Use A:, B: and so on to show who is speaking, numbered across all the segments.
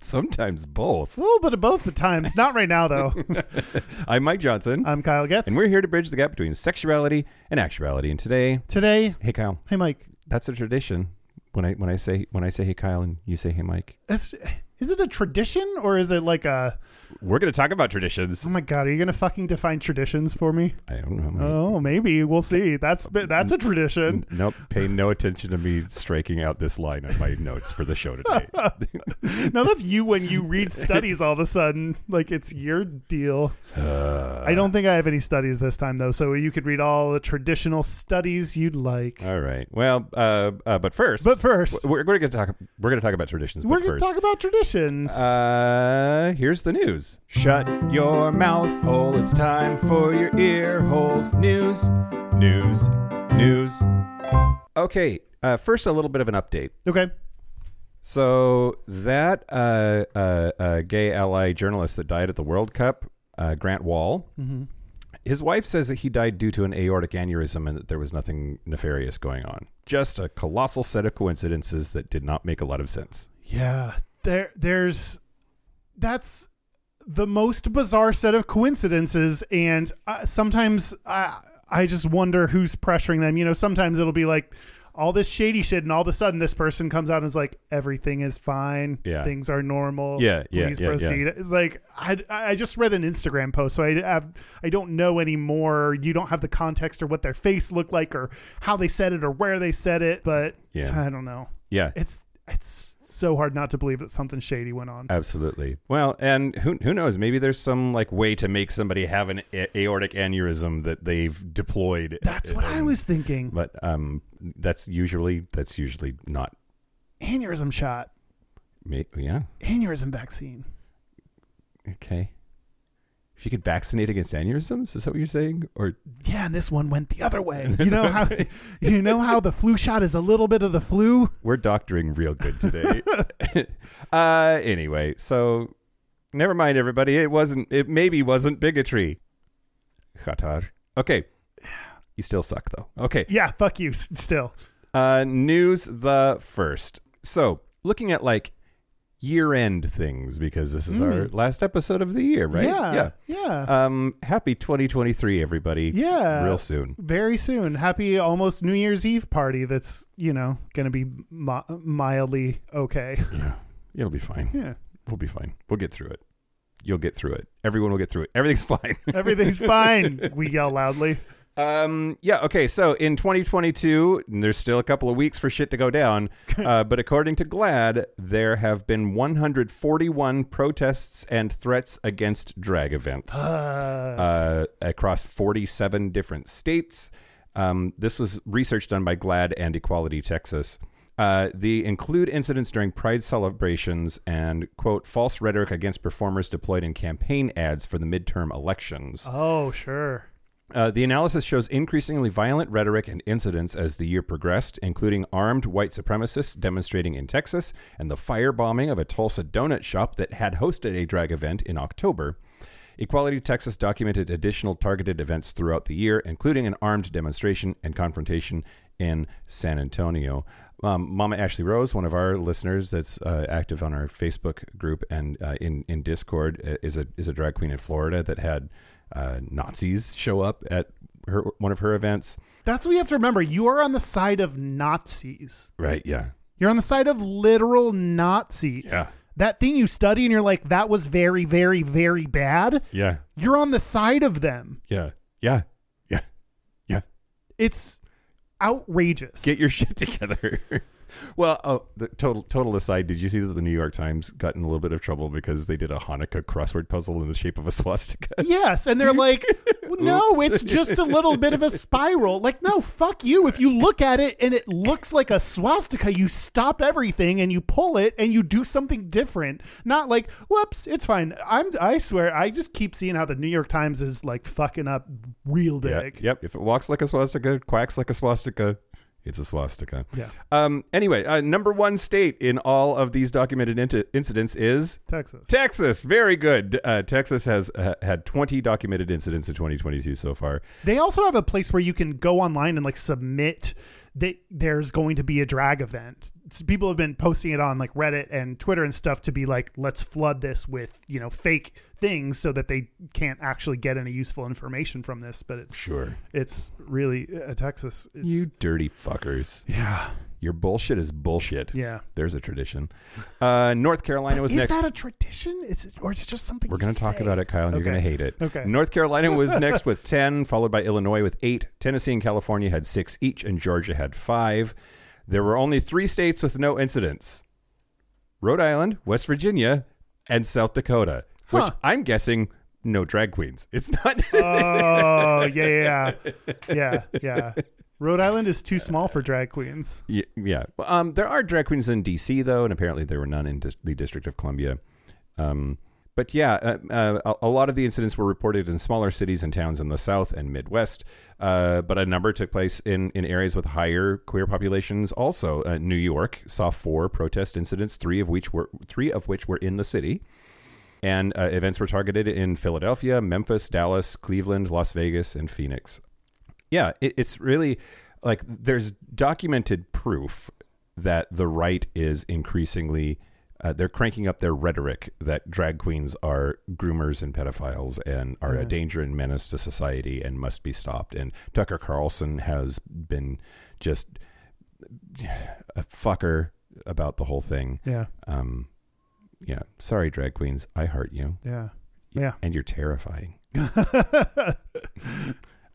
A: Sometimes both.
B: A little bit of both the times. Not right now, though.
A: I'm Mike Johnson.
B: I'm Kyle Getz.
A: And we're here to bridge the gap between sexuality and actuality. And today,
B: Today,
A: hey Kyle,
B: hey, Mike,
A: that's a tradition. When I when I say when I say hey Kyle and you say hey Mike,
B: that's, is it a tradition or is it like a,
A: we're going to talk about traditions.
B: oh my God, are you going to fucking define traditions for me?
A: I don't know. mate.
B: Oh, maybe. We'll see. That's that's a tradition.
A: Nope. Pay no attention to me striking out this line on my notes for the show today.
B: No, that's you when you read studies all of a sudden. Like, it's your deal.
A: Uh,
B: I don't think I have any studies this time, though. So you could read all the traditional studies you'd like.
A: All right. Well, uh, uh, but first,
B: But first,
A: we're, we're going to talk. We're going to talk about traditions.
B: we're
A: but
B: going
A: first,
B: to talk about traditions.
A: Uh, here's the news. Shut your mouth hole. It's time for your ear holes. News, news, news. Okay. Uh, first, a little bit of an update.
B: okay.
A: So that uh, uh, uh, gay ally journalist that died at the World Cup, uh, Grant Wall, his wife says that he died due to an aortic aneurysm and that there was nothing nefarious going on. Just a colossal set of coincidences that did not make a lot of sense.
B: Yeah, there there's that's the most bizarre set of coincidences and uh, sometimes I I just wonder who's pressuring them. You know, sometimes it'll be like all this shady shit and all of a sudden this person comes out and is like everything is fine
A: Yeah.
B: things are normal
A: Yeah, yeah,
B: please
A: yeah, yeah.
B: proceed it's like i i just read an instagram post so i have i don't know anymore you don't have the context or what their face looked like or how they said it or where they said it but
A: Yeah.
B: i don't know
A: Yeah.
B: it's it's so hard not to believe that something shady went on.
A: Absolutely. Well, and who who knows? Maybe there's some like way to make somebody have an a- aortic aneurysm that they've deployed.
B: That's what I was thinking.
A: But um, that's usually that's usually not.
B: Aneurysm shot,
A: ma- Yeah.
B: aneurysm vaccine.
A: Okay. If you could vaccinate against aneurysms, is that what you're saying? Or
B: Yeah, and this one went the other way. You know how you know how the flu shot is a little bit of the flu.
A: we're doctoring real good today. uh, anyway, so never mind, everybody. It wasn't. It maybe wasn't bigotry. Qatar. Okay. You still suck though. Okay.
B: Yeah, fuck you. s- Still,
A: Uh, news the first. So, looking at like year end things, because this is our last episode of the year, right?
B: Hmm. yeah, yeah,
A: Um, happy 2023, everybody.
B: Yeah.
A: Real soon.
B: Very soon, happy almost New Year's Eve party. That's you know going to be mi- mildly okay.
A: Yeah. It'll be fine.
B: Yeah,
A: We'll be fine. We'll get through it. You'll get through it. Everyone will get through it. Everything's fine.
B: everything's fine. We yell loudly.
A: Um. Yeah. Okay. So in 2022, and there's still a couple of weeks for shit to go down. uh, but according to GLAD, there have been 141 protests and threats against drag events uh,
B: Uh,
A: across 47 different states. Um, this was research done by GLAD and Equality Texas. Uh, they include incidents during pride celebrations and, quote, false rhetoric against performers deployed in campaign ads for the midterm elections.
B: oh, sure.
A: Uh, the analysis shows increasingly violent rhetoric and incidents as the year progressed, including armed white supremacists demonstrating in Texas and the firebombing of a Tulsa donut shop that had hosted a drag event in October. Equality Texas documented additional targeted events throughout the year, including an armed demonstration and confrontation in San Antonio. Um, Mama Ashley Rose, one of our listeners that's uh, active on our Facebook group and uh, in in Discord, uh, is a is a drag queen in Florida that had uh, Nazis show up at her one of her events.
B: That's what we have to remember. You are on the side of Nazis.
A: Right? Yeah.
B: You're on the side of literal Nazis.
A: Yeah.
B: That thing you study and you're like, that was very, very, very bad.
A: Yeah.
B: You're on the side of them.
A: Yeah. Yeah. Yeah. Yeah.
B: It's outrageous.
A: Get your shit together. Well, oh, the total total aside, did you see that the New York Times got in a little bit of trouble because they did a Hanukkah crossword puzzle in the shape of a swastika?
B: Yes, and they're like, no, it's just a little bit of a spiral. Like, no, fuck you. If you look at it and it looks like a swastika, you stop everything and you pull it and you do something different. Not like, whoops, it's fine. I'm, I swear, I just keep seeing how the New York Times is like fucking up real
A: Yeah,
B: big.
A: yep. If it walks like a swastika, quacks like a swastika, it's a swastika.
B: Yeah.
A: Um. Anyway, uh, number one state in all of these documented inti- incidents is
B: Texas.
A: Texas. Very good. Uh, Texas has uh, had 20 documented incidents in 2022 so far.
B: They also have a place where you can go online and like submit that there's going to be a drag event. So people have been posting it on like Reddit and Twitter and stuff to be like, let's flood this with you know fake things so that they can't actually get any useful information from this. But it's
A: Sure.
B: it's really uh, Texas. Is,
A: You dirty fuckers.
B: yeah
A: Your bullshit is bullshit.
B: yeah.
A: There's a tradition. Uh, North Carolina was
B: is
A: next.
B: that a tradition? Is it or is it just something
A: We're going to talk about it, Kyle, and you're
B: Okay.
A: going to hate it.
B: Okay.
A: North Carolina was next with 10, followed by Illinois with 8. Tennessee and California had 6 each, and Georgia had 5. There were only three states with no incidents Rhode Island, West Virginia, and South Dakota, which
B: Huh.
A: I'm guessing no drag queens. It's not.
B: Oh yeah yeah yeah yeah. Rhode Island is too small for drag queens.
A: Y- yeah. Well, Um, there are drag queens in D.C. though, and apparently there were none in dis- the District of Columbia. Um, but yeah, uh, uh, a- a lot of the incidents were reported in smaller cities and towns in the South and Midwest, uh, but a number took place in, in areas with higher queer populations. Also, uh, New York saw four protest incidents, three of which were three of which were in the city. And uh, events were targeted in Philadelphia, Memphis, Dallas, Cleveland, Las Vegas, and Phoenix. Yeah, it, it's really like there's documented proof that the right is increasingly uh, they're cranking up their rhetoric that drag queens are groomers and pedophiles and are a danger and menace to society and must be stopped. And Tucker Carlson has been just a fucker about the whole thing.
B: Yeah
A: Um, yeah, sorry, drag queens, I heart you.
B: yeah yeah.
A: And you're terrifying.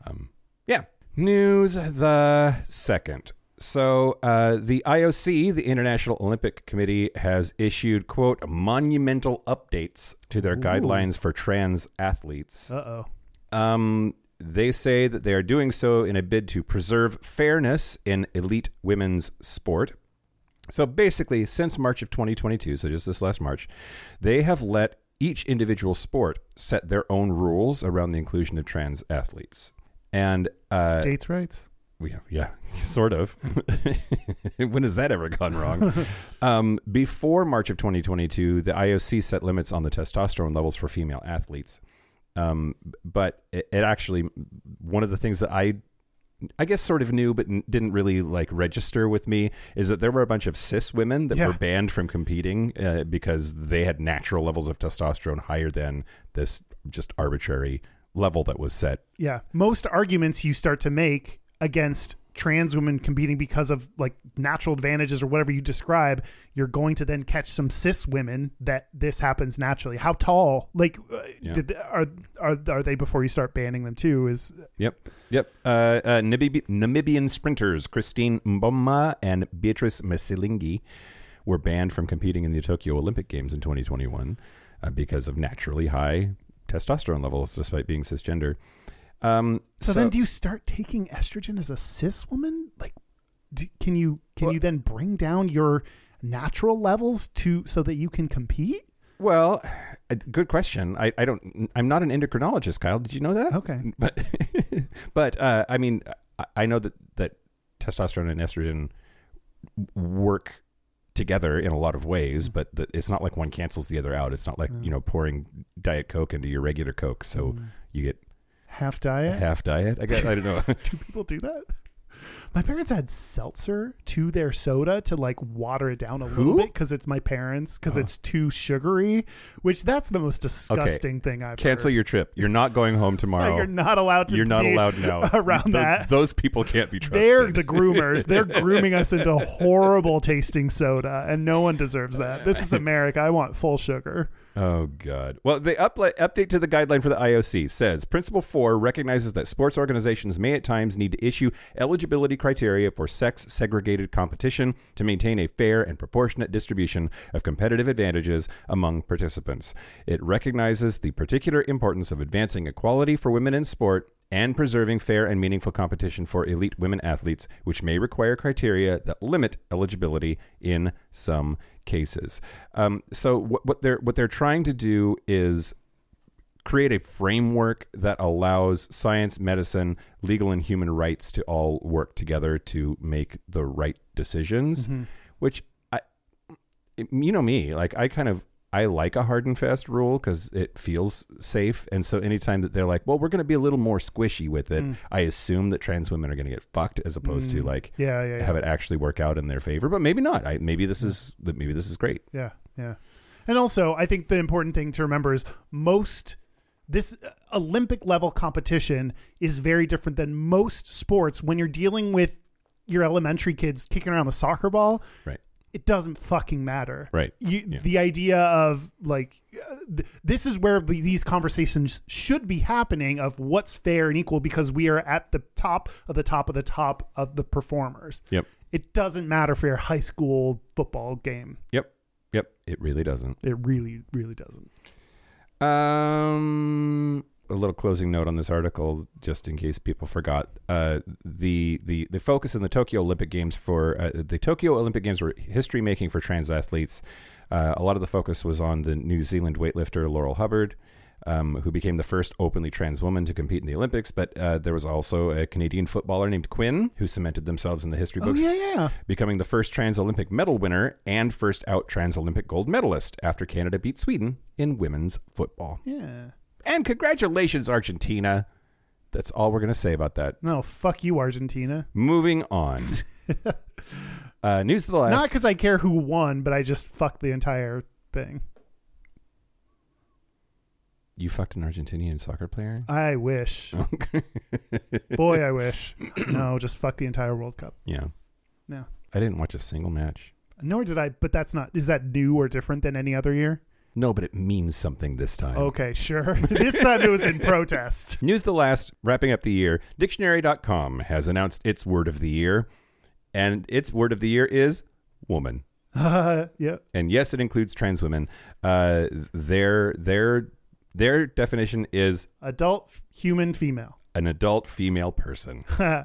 A: um, yeah. News the second. So uh, the IOC, the International Olympic Committee, has issued quote monumental updates to their guidelines for trans athletes.
B: Uh oh.
A: Um, they say that they are doing so in a bid to preserve fairness in elite women's sport. So basically, since March of 2022, so just this last March, they have let each individual sport set their own rules around the inclusion of trans athletes. And uh,
B: States' rights.
A: yeah, yeah, sort of. when has that ever gone wrong? um, before March of 2022, the IOC set limits on the testosterone levels for female athletes. Um, b- but it, it actually, one of the things that I, I guess, sort of knew, but n- didn't really like register with me, is that there were a bunch of cis women that
B: Yeah.
A: were banned from competing uh, because they had natural levels of testosterone higher than this just arbitrary level that was set
B: Yeah. Most arguments you start to make against trans women competing because of like natural advantages or whatever you describe, you're going to then catch some cis women that this happens naturally. How tall? Like, uh,
A: Yeah.
B: did are are are they before you start banning them too? Is
A: Yep. Yep. Uh, uh, Namib- Namibian sprinters Christine Mboma and Beatrice Mesilingi were banned from competing in the Tokyo Olympic Games in 2021 uh, because of naturally high testosterone levels, despite being cisgender. Um,
B: so, then do you start taking estrogen as a cis woman? Like, do, can you can you then bring down your natural levels to so that you can compete?
A: well, uh, good question. I, I don't. I'm not an endocrinologist, Kyle. Did you know that?
B: Okay.
A: But but uh, I mean, I, I know that that testosterone and estrogen w- work together in a lot of ways,
B: Mm.
A: but the, it's not like one cancels the other out. It's not like you know pouring diet coke into your regular coke, so
B: Mm.
A: you get
B: Half
A: a
B: diet.
A: half diet. I guess I don't know.
B: do people do that? My parents had seltzer to their soda to like water it down a
A: Who? Oh.
B: little bit because it's my parents because it's too sugary, which that's the most disgusting thing I've
A: Cancel
B: heard.
A: your trip. You're not going home tomorrow.
B: You're not allowed to.
A: You're not
B: be
A: allowed now
B: around
A: Th-
B: that.
A: Those people can't be trusted.
B: They're the groomers. They're grooming us into horrible tasting soda, and no one deserves that. This is America. I want full sugar.
A: Oh God! Well, the upla update to the guideline for the IOC says Principle Four recognizes that sports organizations may at times need to issue eligibility criteria for sex segregated competition to maintain a fair and proportionate distribution of competitive advantages among participants. It recognizes the particular importance of advancing equality for women in sport and preserving fair and meaningful competition for elite women athletes, which may require criteria that limit eligibility in some cases. Um, so what, what they're what they're trying to do is create a framework that allows science, medicine, legal, and human rights to all work together to make the right decisions.
B: Mm-hmm.
A: Which I, you know me, like I kind of I like a hard and fast rule because it feels safe. And so anytime that they're like, well, we're going to be a little more squishy with it, I assume that trans women are going to get fucked as opposed to like
B: Mm. Yeah, yeah, yeah.
A: have it actually work out in their favor. But maybe not. I, maybe this is that maybe this is great.
B: Yeah, yeah. And also, I think the important thing to remember is most this uh, Olympic level competition is very different than most sports when you're dealing with your elementary kids kicking around the soccer ball.
A: Right.
B: It doesn't fucking matter.
A: Right.
B: You,
A: Yeah.
B: The idea of like, uh, th- this is where the, these conversations should be happening of what's fair and equal because we are at the top of the top of the top of the performers.
A: Yep.
B: It doesn't matter for your high school football game.
A: Yep. Yep. It really doesn't.
B: It really, really doesn't.
A: Um, a little closing note on this article, just in case people forgot. Uh, the the the focus in the Tokyo Olympic Games for uh, the Tokyo Olympic Games were history making for trans athletes. Uh, a lot of the focus was on the New Zealand weightlifter Laurel Hubbard. Um, who became the first openly trans woman to compete in the Olympics? But uh, there was also a Canadian footballer named Quinn who cemented themselves in the history books
B: Oh, yeah.
A: becoming the first trans Olympic medal winner and first out trans Olympic gold medalist after Canada beat Sweden in women's football.
B: Yeah.
A: And congratulations, Argentina. That's all we're going to say about that.
B: No, fuck you, Argentina.
A: Moving on. uh, news of the last.
B: Not because I care who won, but I just fucked the entire thing.
A: you fucked an Argentinian soccer player?
B: I wish. Boy, I wish. No, just fuck the entire World Cup.
A: Yeah.
B: No.
A: I didn't watch a single match.
B: Nor did I, but that's not. Is that new or different than any other year?
A: No, but it means something this time.
B: Okay, sure. this time it was in protest.
A: News the last, wrapping up the year, dictionary.com has announced its word of the year, and its word of the year is woman.
B: Uh, yep.
A: and yes, it includes trans women. Uh, their their their definition is
B: Adult f- human female.
A: an adult female person.
B: yeah.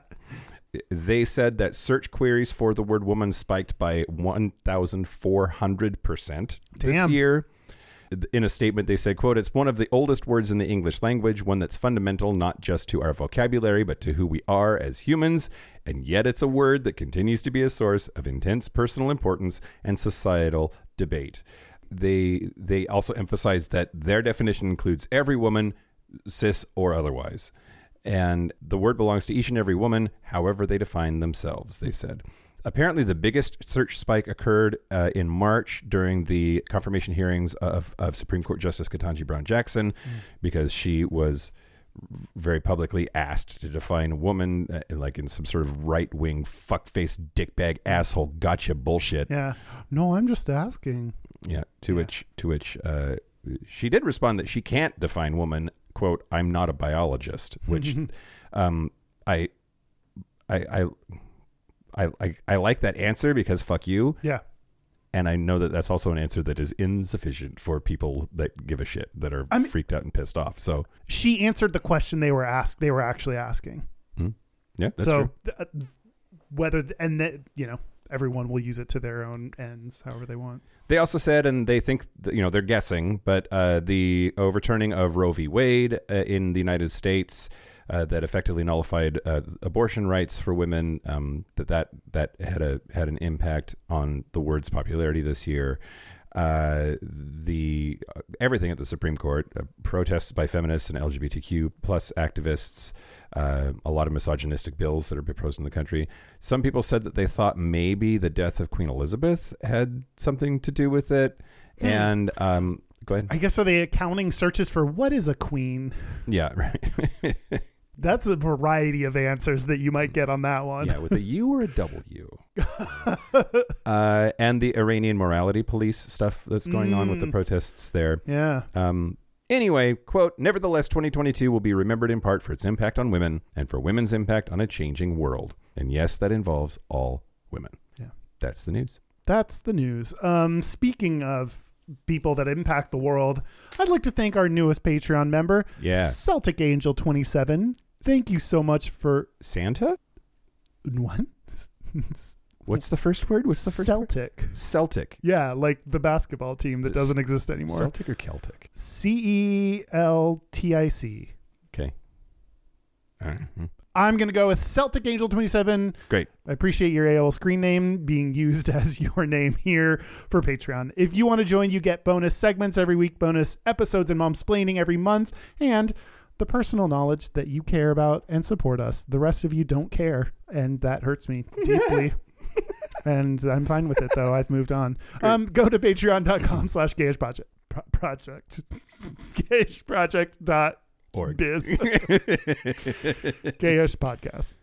A: They said that search queries for the word woman spiked by 1,400% this
B: Damn.
A: year. In a statement, they said, quote, it's one of the oldest words in the English language, one that's fundamental not just to our vocabulary, but to who we are as humans. And yet it's a word that continues to be a source of intense personal importance and societal debate. They they also emphasize that their definition includes every woman, cis or otherwise and the word belongs to each and every woman, however they define themselves, they said. Apparently, the biggest search spike occurred uh, in March during the confirmation hearings of, of Supreme Court Justice Katanji Brown Jackson because she was very publicly asked to define woman uh, like in some sort of right wing fuckface dickbag asshole gotcha bullshit.
B: No, I'm just asking.
A: Yeah. To which to which uh, she did respond that she can't define woman. "Quote: I'm not a biologist," which um, I, I, I, I, I, I like that answer because fuck you,
B: Yeah.
A: and I know that that's also an answer that is insufficient for people that give a shit that are
B: I mean-
A: freaked out and pissed off. So
B: She answered the question they were asked. They were actually asking.
A: yeah, that's
B: so
A: true.
B: th- uh, whether th- and that you know everyone will use it to their own ends however they want
A: They also said, and they think, that, you know, they're guessing, but uh, the overturning of Roe v. Wade uh, in the United States uh, that effectively nullified uh, abortion rights for women um, that that that had a had an impact on the word's popularity this year. Uh, the uh, everything at the Supreme Court, uh, protests by feminists and LGBTQ plus activists, uh, a lot of misogynistic bills that are proposed in the country. Some people said that they thought maybe the death of Queen Elizabeth had something to do with it, and um, go ahead.
B: i guess are they accounting searches for what is a queen
A: yeah, right.
B: that's a variety of answers that you might get on that one
A: yeah, with a U or a W. uh, and the Iranian morality police stuff that's going on
B: Mm.
A: with the protests there.
B: yeah
A: Um, anyway, quote, nevertheless, 2022 will be remembered in part for its impact on women and for women's impact on a changing world. And yes, that involves all women.
B: Yeah.
A: That's the news.
B: That's the news. Um, speaking of people that impact the world, I'd like to thank our newest Patreon member,
A: Yeah.
B: Celtic Angel twenty seven. Thank you so much for
A: Santa?
B: what?
A: What's the first word? What's the first word?
B: Celtic.
A: Celtic.
B: Yeah, like the basketball team that
A: Is it
B: doesn't exist anymore.
A: Celtic or Celtic?
B: C E L T I C.
A: Okay. All right. Mm.
B: I'm going to go with Celtic Angel 27.
A: Great.
B: I appreciate your AOL screen name being used as your name here for Patreon. If you want to join, you get bonus segments every week, bonus episodes and momsplaining every month, and the personal knowledge that you care about and support us. The rest of you don't care, and that hurts me deeply. and I'm fine with it though. I've moved on. Um, go to patreon.com slash gage project pro- project gage project dot
A: Org.
B: biz gage podcast.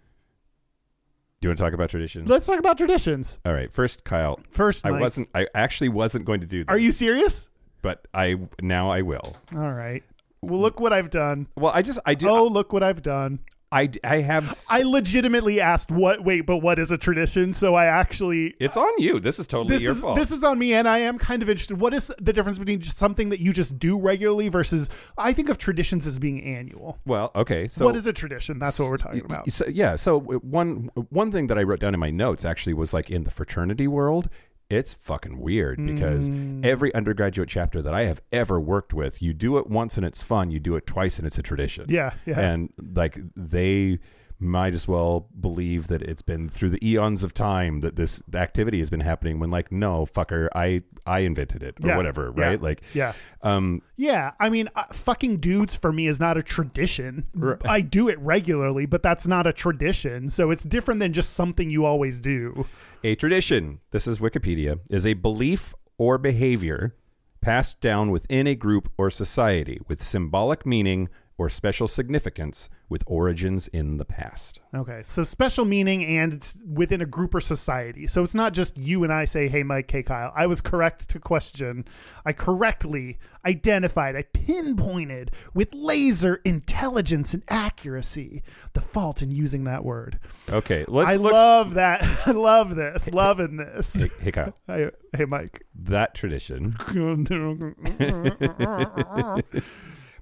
A: Do you want to talk about traditions?
B: Let's talk about traditions.
A: All right. First, Kyle.
B: First,
A: I
B: Mike.
A: wasn't. I actually wasn't going to do this.
B: Are you serious?
A: But I now I will.
B: All right. Well, look what I've done.
A: Well, I just I do.
B: Oh, look what I've done.
A: I I have. s-
B: I legitimately asked what wait, but what is a tradition? So I actually
A: it's on you. This is totally
B: this
A: your
B: is
A: fault.
B: this is on me and I am kind of interested. What is the difference between just something that you just do regularly versus I think of traditions as being annual.
A: well, okay. So
B: what is a tradition? That's what we're talking about.
A: So, yeah. So w- one one thing that I wrote down in my notes actually was like in the fraternity world, it's fucking weird because
B: Hmm.
A: every undergraduate chapter that I have ever worked with, you do it once and it's fun. You do it twice and it's a tradition.
B: Yeah, yeah.
A: And like they might as well believe that it's been through the eons of time that this activity has been happening when like no fucker i i invented it or
B: Yeah,
A: whatever
B: yeah,
A: right like
B: yeah.
A: um
B: Yeah, I mean, uh, fucking dudes for me is not a tradition. I do it regularly, but that's not a tradition. So it's different than just something you always do.
A: A tradition, this is Wikipedia, is a belief or behavior passed down within a group or society with symbolic meaning or special significance with origins in the past.
B: Okay, so special meaning and it's within a group or society. So it's not just you and I say, hey, Mike, hey, Kyle. I was correct to question. I correctly identified, I pinpointed with laser intelligence and accuracy the fault in using that word.
A: Okay, let's
B: I
A: look.
B: love that. I love this. Loving this.
A: hey, hey, Kyle,
B: Hey, hey Mike.
A: that tradition.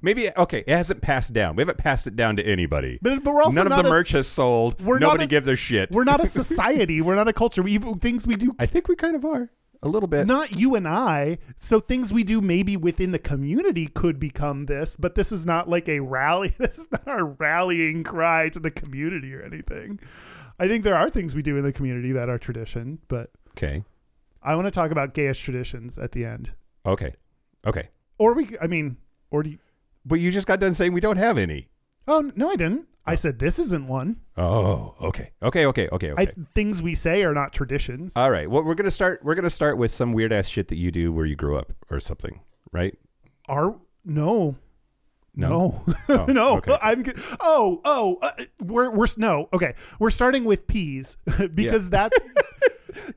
A: Maybe okay, it hasn't passed down. We haven't passed it down to anybody.
B: But- but we're also
A: none of
B: not
A: the
B: a-
A: merch has sold.
B: we're not
A: Nobody
B: a-
A: gives a shit.
B: We're not a society. We're not a culture. We things we do
A: I think we kind of are a little bit.
B: not you and I. So things we do maybe within the community could become this, but this is not like a rally. This is not our rallying cry to the community or anything. I think there are things we do in the community that are tradition, but
A: Okay,
B: I want to talk about gayish traditions at the end.
A: okay, okay.
B: Or we, I mean, or do you?
A: But you just got done saying we don't have any.
B: Oh no, I didn't. I said this isn't one.
A: Oh, okay, okay, okay, okay, okay.
B: I things we say are not traditions.
A: All right. Well, we're gonna start. We're gonna start with some weird ass shit that you do where you grew up or something, right?
B: are no. No,
A: Oh,
B: no,
A: okay.
B: I'm. g- Oh, oh, uh, we're we're s- no. Okay, we're starting with peas because that's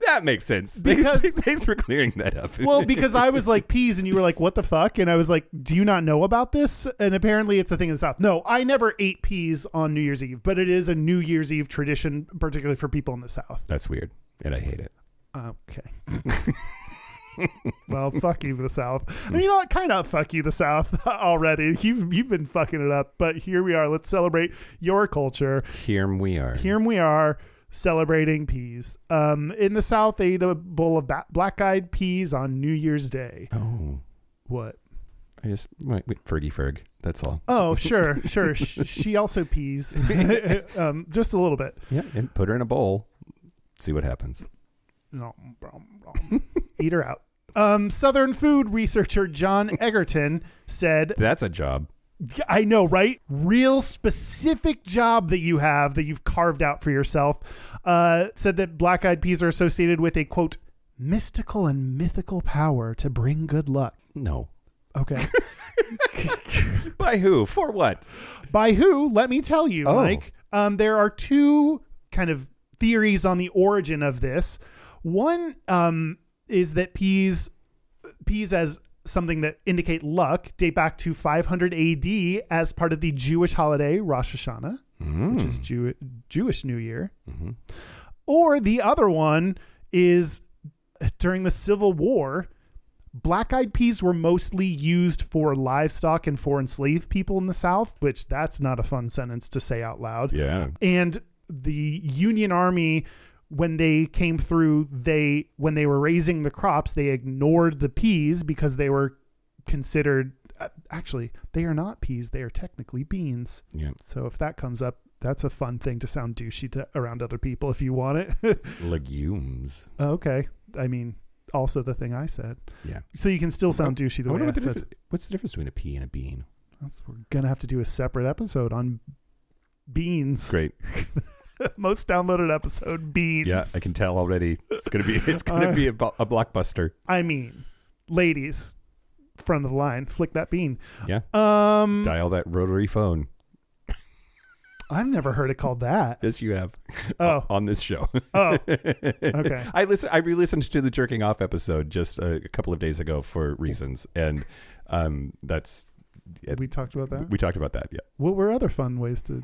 A: That makes sense.
B: Because-
A: thanks for clearing that up.
B: well because I was like peas and you were like what the fuck and I was like do you not know about this and apparently it's a thing in the south. No, I never ate peas on New Year's Eve, but it is a New Year's Eve tradition, particularly for people in the south.
A: that's weird, and I hate it.
B: Okay. well, fuck you, the South. I mean, you know what? Kind of fuck you, the South already. You've you've been fucking it up, but here we are. Let's celebrate your culture.
A: Here we are.
B: Here we are celebrating peas. Um, in the South, they ate a bowl of ba- black-eyed peas on New Year's Day.
A: Oh,
B: What?
A: I just wait, wait, Fergie Ferg. That's all.
B: Oh, sure, sure. Sh- she also pees, um, just a little bit.
A: Yeah, and put her in a bowl. See what happens.
B: No, brom, brom. eat her out. Um, Southern food researcher John Egerton said
A: That's a job.
B: I know, right? Real specific job that you have that you've carved out for yourself. Uh, said that black eyed peas are associated with a quote, mystical and mythical power to bring good luck.
A: No.
B: Okay.
A: By who? For what?
B: By who? Let me tell you,
A: Oh.
B: Mike. Um, there are two kind of theories on the origin of this. One um, is that peas, peas as something that indicate luck, date back to 500 AD as part of the Jewish holiday Rosh Hashanah.
A: Hmm.
B: which is Jew- Jewish New Year. Or the other one is during the Civil War, black eyed peas were mostly used for livestock and for enslaved people in the South, which that's not a fun sentence to say out loud.
A: Yeah.
B: And the Union Army when they came through they when they were raising the crops they ignored the peas because they were considered uh, actually they are not peas they are technically beans
A: Yeah.
B: so if that comes up, that's a fun thing to sound douchey to, around other people if you want it.
A: Legumes.
B: okay. I mean, also the thing I said.
A: Yeah.
B: So you can still sound douchey
A: I
B: the way
A: wonder
B: I
A: what the
B: said.
A: difference, what's the difference between a pea and a bean?
B: That's, we're going to have to do a separate episode on beans.
A: Great.
B: Most downloaded episode, beans.
A: Yeah, I can tell already. It's gonna be it's gonna
B: Uh,
A: be a, bu- a blockbuster.
B: I mean, ladies, front of the line, flick that bean.
A: Yeah.
B: Um,
A: Dial that rotary phone.
B: I've never heard it called that.
A: Yes, you have.
B: Oh.
A: on this show.
B: Oh,
A: okay.
B: Okay.
A: I listen. I re-listened to the jerking off episode just a, a couple of days ago for reasons, and um, that's it-
B: we talked about that.
A: we talked about that. Yeah.
B: What were other fun ways to?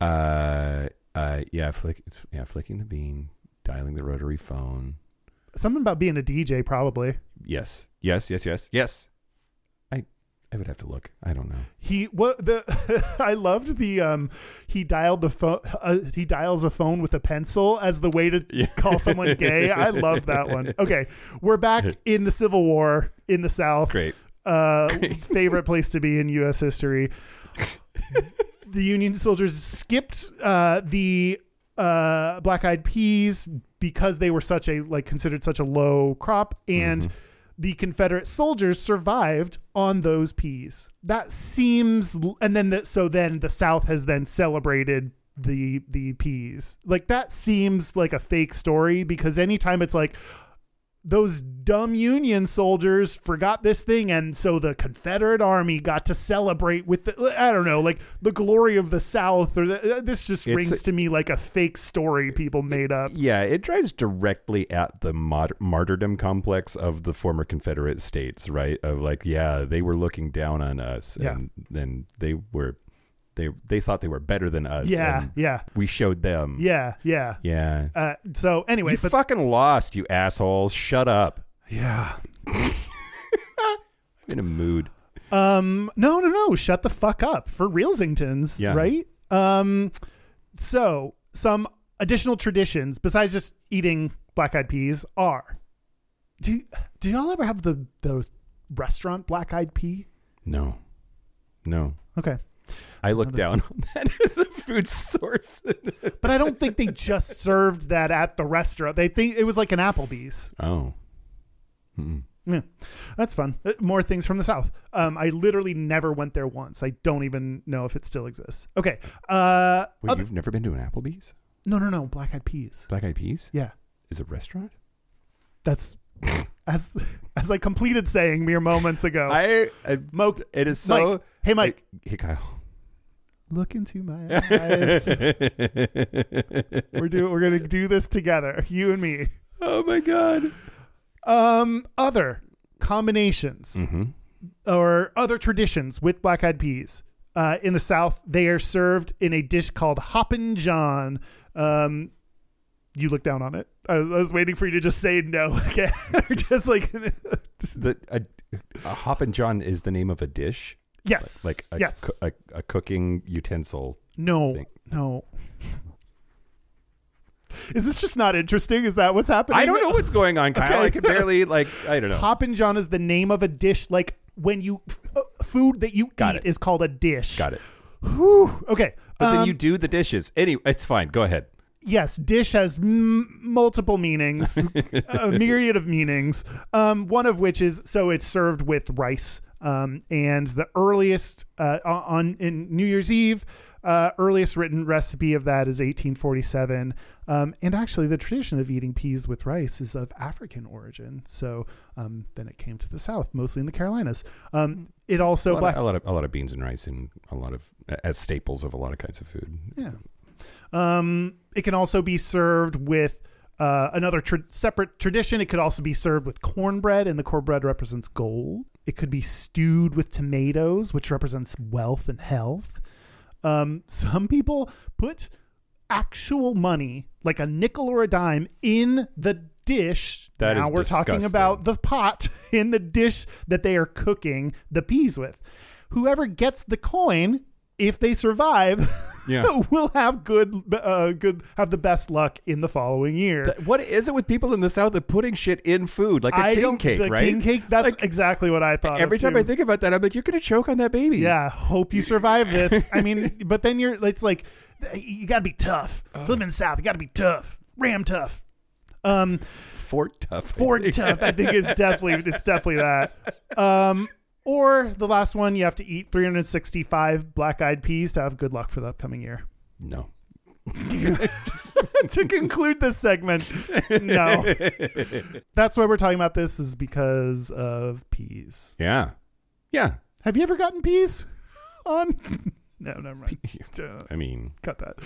A: Uh, uh, yeah. Flick. It's, yeah. Flicking the bean. Dialing the rotary phone.
B: Something about being a DJ, probably.
A: Yes. Yes. Yes. Yes. Yes. I. I would have to look. I don't know.
B: he what the i loved the um he dialed the phone uh, he dials a phone with a pencil as the way to
A: Yeah.
B: call someone gay i love that one okay we're back in the civil war in the south
A: Great.
B: uh favorite place to be in us history the union soldiers skipped uh the uh black eyed peas because they were such a like considered such a low crop and the confederate soldiers survived on those peas that seems and then the, so then the south has then celebrated the the peas like that seems like a fake story because anytime it's like those dumb Union soldiers forgot this thing, and so the Confederate Army got to celebrate with the I don't know, like the glory of the South, or the, uh, this just
A: It's-
B: rings to me like a fake story people made up.
A: Yeah, it drives directly at the mod- martyrdom complex of the former Confederate states, right? Of like, yeah, they were looking down on us,
B: Yeah.
A: and then they were, they they thought they were better than us.
B: Yeah,
A: and
B: yeah,
A: we showed them.
B: yeah, yeah.
A: yeah.
B: Uh, so anyway,
A: you
B: but
A: fucking lost, you assholes! Shut up.
B: yeah,
A: I'm in a mood.
B: Um, no, no, no. Shut the fuck up for Reelsingtons,
A: Yeah.
B: right? Um, so some additional traditions besides just eating black-eyed peas are. Do do y'all ever have the the restaurant black-eyed pea?
A: No, no.
B: Okay,
A: I look down on that as a food source.
B: but I don't think they just served that at the restaurant. They think it was like an Applebee's.
A: oh,
B: Yeah, that's fun. Uh, More things from the South. Um, I literally never went there once. I don't even know if it still exists. Okay. Uh,
A: wait,
B: other-
A: you've never been to an Applebee's?
B: no, no, no. Black-eyed peas.
A: Black Eyed Peas
B: Yeah.
A: is a restaurant.
B: That's as as I completed saying mere moments ago.
A: I, I Moke, it is so.
B: Mike, hey Mike,
A: Hey, hey, Kyle.
B: look into my eyes. we're doing we're gonna do this together, you and me.
A: oh my god.
B: Um, other combinations
A: Mm-hmm.
B: or other traditions with black eyed peas. Uh, in the South, they are served in a dish called Hoppin' John. Um, you look down on it. I was, I was waiting for you to just say no again, just like
A: The a, a hoppin' john is the name of a dish,
B: yes,
A: like a,
B: yes.
A: co- a, a cooking utensil.
B: No,
A: thing.
B: no. Is this just not interesting? Is that what's happening?
A: I don't know what's going on, Kyle.
B: Okay.
A: I can barely like. I don't know.
B: Hoppin' John is the name of a dish. Like when you f- uh, food that you
A: Got
B: eat
A: it.
B: is called a dish.
A: Got it.
B: Whew. Okay.
A: But
B: um,
A: then you do the dishes. Anyway, it's fine. Go ahead.
B: yes, dish has m- multiple meanings, a myriad of meanings. Um, one of which is so it's served with rice. Um, and the earliest uh, on in New Year's Eve, uh, earliest written recipe of that is 1847. Um, and actually, the tradition of eating peas with rice is of African origin. So um, then it came to the South, mostly in the Carolinas. Um, it
A: A
B: also
A: lot,
B: black
A: of, a lot of a lot of beans and rice and a lot of as staples of a lot of kinds of food.
B: Yeah. Um, it can also be served with uh, another tr separate tradition. It could also be served with cornbread, and the cornbread represents gold. It could be stewed with tomatoes, which represents wealth and health. Um, some people put actual money, like a nickel or a dime, in the dish.
A: That
B: now
A: is
B: we're talking
A: disgusting.
B: about the pot in the dish that they are cooking the peas with. Whoever gets the coin, if they survive,
A: Yeah.
B: will have good, uh, good, have the best luck in the following year.
A: What is it with people in the South that putting shit in food like a
B: I
A: king
B: don't-
A: cake,
B: the
A: right?
B: King cake. That's
A: Like,
B: exactly what I thought.
A: Every
B: of,
A: time
B: too.
A: I think about that, I'm like, you're gonna choke on that baby.
B: Yeah, hope you survive this. I mean, but then you're it's like you got to be tough.
A: Uh.
B: Living in the South, you got to be tough. Ram tough. Um
A: Fort tough.
B: Ford tough, I think is definitely it's definitely that. Um or the last one, you have to eat 365 black-eyed peas to have good luck for the upcoming year.
A: No.
B: to conclude this segment, no. That's why we're talking about this is because of peas.
A: Yeah. Yeah.
B: Have you ever gotten peas on? no, never mind. Uh,
A: I mean,
B: Cut that.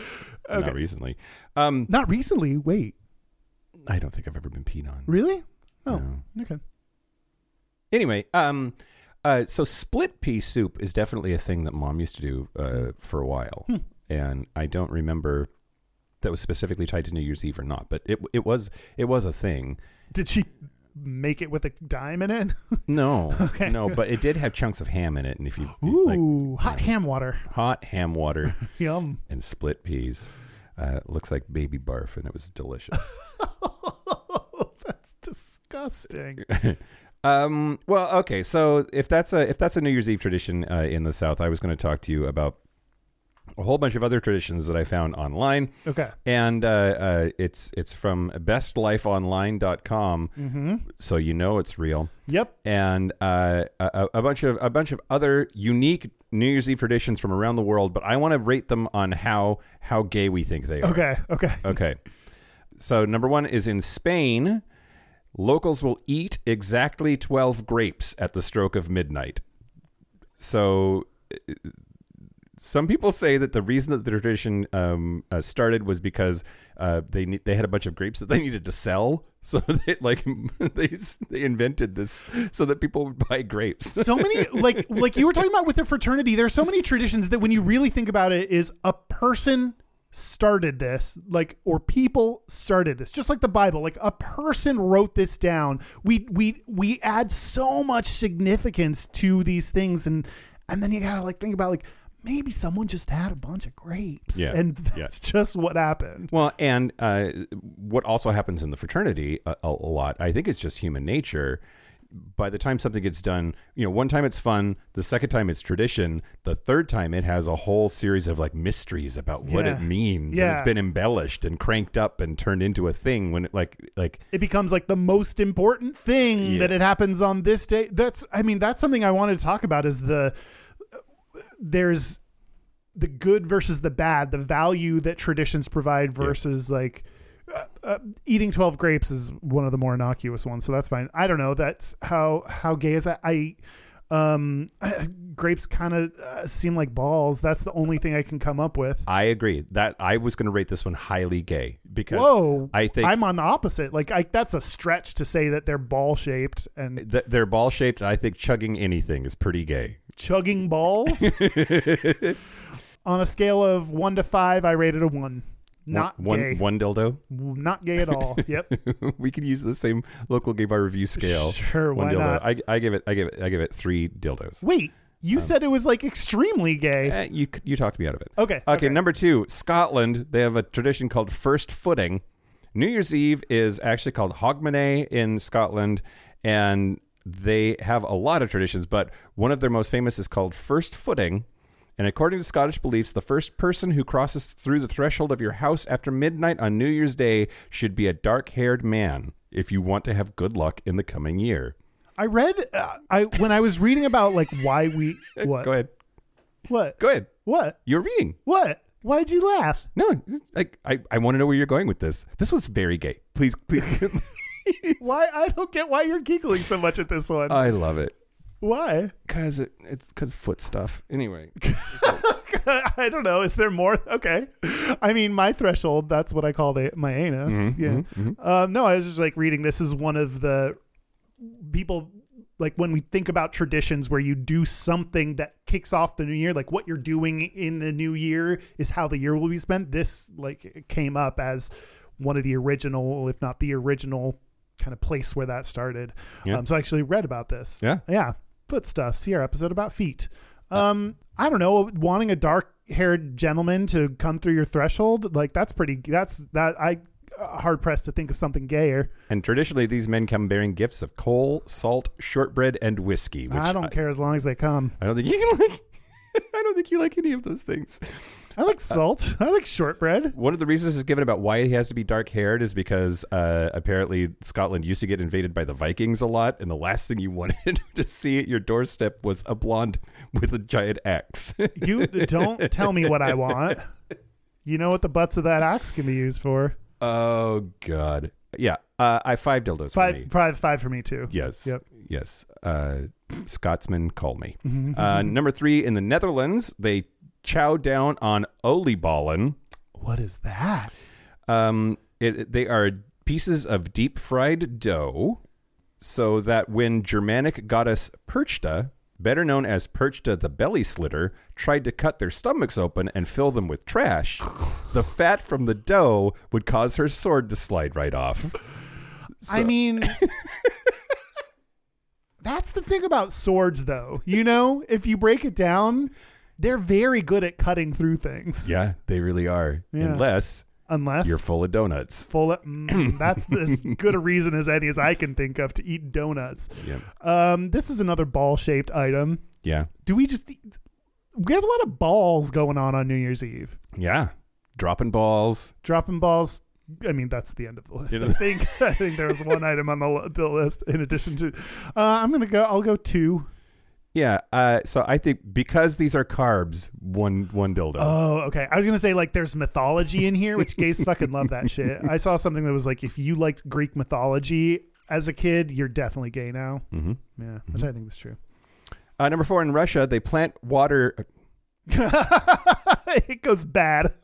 B: Okay.
A: not recently. Um,
B: Not recently. Wait,
A: I don't think I've ever been peed on.
B: really? Oh,
A: No.
B: okay.
A: Anyway, um, uh, so split pea soup is definitely a thing that mom used to do uh, for a while,
B: Hmm.
A: and I don't remember that was specifically tied to New Year's Eve or not, but it it was it was a thing.
B: Did she make it with a dime in it?
A: No,
B: Okay.
A: no, but it did have chunks of ham in it, and if you, you like
B: Ooh, hot ham water.
A: hot ham water
B: Yum.
A: and split peas, uh, it looks like baby barf, and it was delicious.
B: That's disgusting.
A: Um. Well, okay. So if that's a if that's a New Year's Eve tradition uh, in the South, I was going to talk to you about a whole bunch of other traditions that I found online,
B: Okay.
A: and uh, uh, it's it's from bestlifeonline.com, mm-hmm. so you know it's real,
B: Yep.
A: and uh, a, a bunch of a bunch of other unique New Year's Eve traditions from around the world. But I want to rate them on how how gay we think they are.
B: Okay. Okay.
A: Okay. So number one is in Spain, locals will eat exactly twelve grapes at the stroke of midnight. So uh, some people say that the reason that the tradition um, uh, started was because uh, they ne- they had a bunch of grapes that they needed to sell, so they, like they s- they invented this so that people would buy grapes.
B: so many like like you were talking about with the fraternity there are so many traditions that when you really think about it is a person started this like or people started this just like the bible like a person wrote this down we we we add so much significance to these things and and then you gotta like think about like maybe someone just had a bunch of grapes
A: Yeah.
B: and
A: Yeah.
B: that's just what happened
A: Well, and uh, what also happens in the fraternity a, a a lot, I think it's just human nature. By the time something gets done, you know, one time it's fun, the second time it's tradition, the third time it has a whole series of like mysteries about what
B: Yeah.
A: it means, and it's
B: Yeah.
A: been embellished and cranked up and turned into a thing when it like like
B: it becomes like the most important thing
A: Yeah.
B: that it happens on this day that's i mean that's something i wanted to talk about is the there's the good versus the bad the value that traditions provide versus like uh, uh, eating 12 grapes is one of the more innocuous ones so that's fine i don't know that's how how gay is that i um grapes kind of uh, seem like balls that's the only thing i can come up with
A: I agree that I was going to rate this one highly gay because
B: whoa
A: I think
B: i'm on the opposite like I, that's a stretch to say that they're ball shaped and
A: th- they're ball shaped. I think chugging anything is pretty gay.
B: chugging balls. On a scale of one to five, I rated a one. Not
A: one,
B: gay.
A: one dildo.
B: Not gay at all. Yep.
A: we could use the same local gay bar review scale.
B: Sure,
A: One
B: why
A: dildo.
B: not?
A: I, I give it. I give it. I give it three dildos.
B: Wait, you
A: Um,
B: said it was like extremely gay.
A: Eh, you you talked me out of it.
B: Okay,
A: Okay.
B: okay.
A: Number two, Scotland. They have a tradition called first footing. New Year's Eve is actually called Hogmanay in Scotland, and they have a lot of traditions, but one of their most famous is called first footing. And according to Scottish beliefs, the first person who crosses through the threshold of your house after midnight on New Year's Day should be a dark haired man if you want to have good luck in the coming year.
B: I read, uh, I when I was reading about like why we what
A: Go ahead.
B: what
A: Go ahead.
B: what
A: You're reading.
B: what why'd you laugh?
A: No, like I, I want to know where you're going with this. This was very gay. Please, please.
B: Why I don't get why you're giggling so much at this one.
A: I love it
B: why?
A: because it, it's because foot stuff. Anyway,
B: I don't know. Is there more? Okay. I mean, my threshold, that's what I call the, my anus. yeah. Um, no, I was just like reading this is one of the people like when we think about traditions where you do something that kicks off the new year, like what you're doing in the new year is how the year will be spent. This like came up as one of the original, if not the original, kind of place where that started.
A: Yeah.
B: Um, so I actually read about this.
A: Yeah. Uh,
B: yeah, foot stuff. See our episode about feet. Um, I don't know, wanting a dark haired gentleman to come through your threshold, like that's pretty. That's that I uh, hard pressed to think of something gayer.
A: And traditionally, these men come bearing gifts of coal, salt, shortbread, and whiskey. Which
B: I don't care as long as they come.
A: I don't think you can like. I don't think you like any of those things.
B: I like salt. I like shortbread.
A: One of the reasons is given about why he has to be dark haired is because uh, apparently Scotland used to get invaded by the Vikings a lot, and the last thing you wanted to see at your doorstep was a blonde with a giant axe.
B: You don't tell me what I want. You know what the butts of that axe can be used for.
A: oh God, yeah. Uh, I five dildos for me.
B: Five, five, five for me too.
A: Yes.
B: Yep.
A: Yes. Uh, Scotsman, call me.
B: Mm-hmm.
A: uh, number three in the Netherlands, they chow down on olieballen.
B: What is that?
A: Um, it, they are pieces of deep fried dough, so that when Germanic goddess Perchta, better known as Perchta the Belly Slitter, tried to cut their stomachs open and fill them with trash, the fat from the dough would cause her sword to slide right off.
B: I mean, that's the thing about swords, though. You know, if you break it down, they're very good at cutting through things.
A: Yeah, they really are.
B: Yeah.
A: Unless
B: Unless
A: you're full of donuts.
B: full of, mm, that's as good a reason as any as I can think of to eat donuts.
A: Yeah.
B: Um, this is another ball shaped item.
A: Yeah.
B: Do we just we have a lot of balls going on on New Year's Eve?
A: Yeah. Dropping balls.
B: Dropping balls. I mean, that's the end of the list. I think I think there was one item on the, li- the list in addition to. Uh, I'm gonna go. I'll go two.
A: Yeah. Uh, so I think because these are carbs, one one dildo.
B: Oh, okay. I was gonna say like there's mythology in here, which gays fucking love that shit. I saw something that was like if you liked Greek mythology as a kid, you're definitely gay now.
A: Mhm.
B: Yeah, which I think is true.
A: Uh, number four in Russia, they plant water.
B: it goes bad.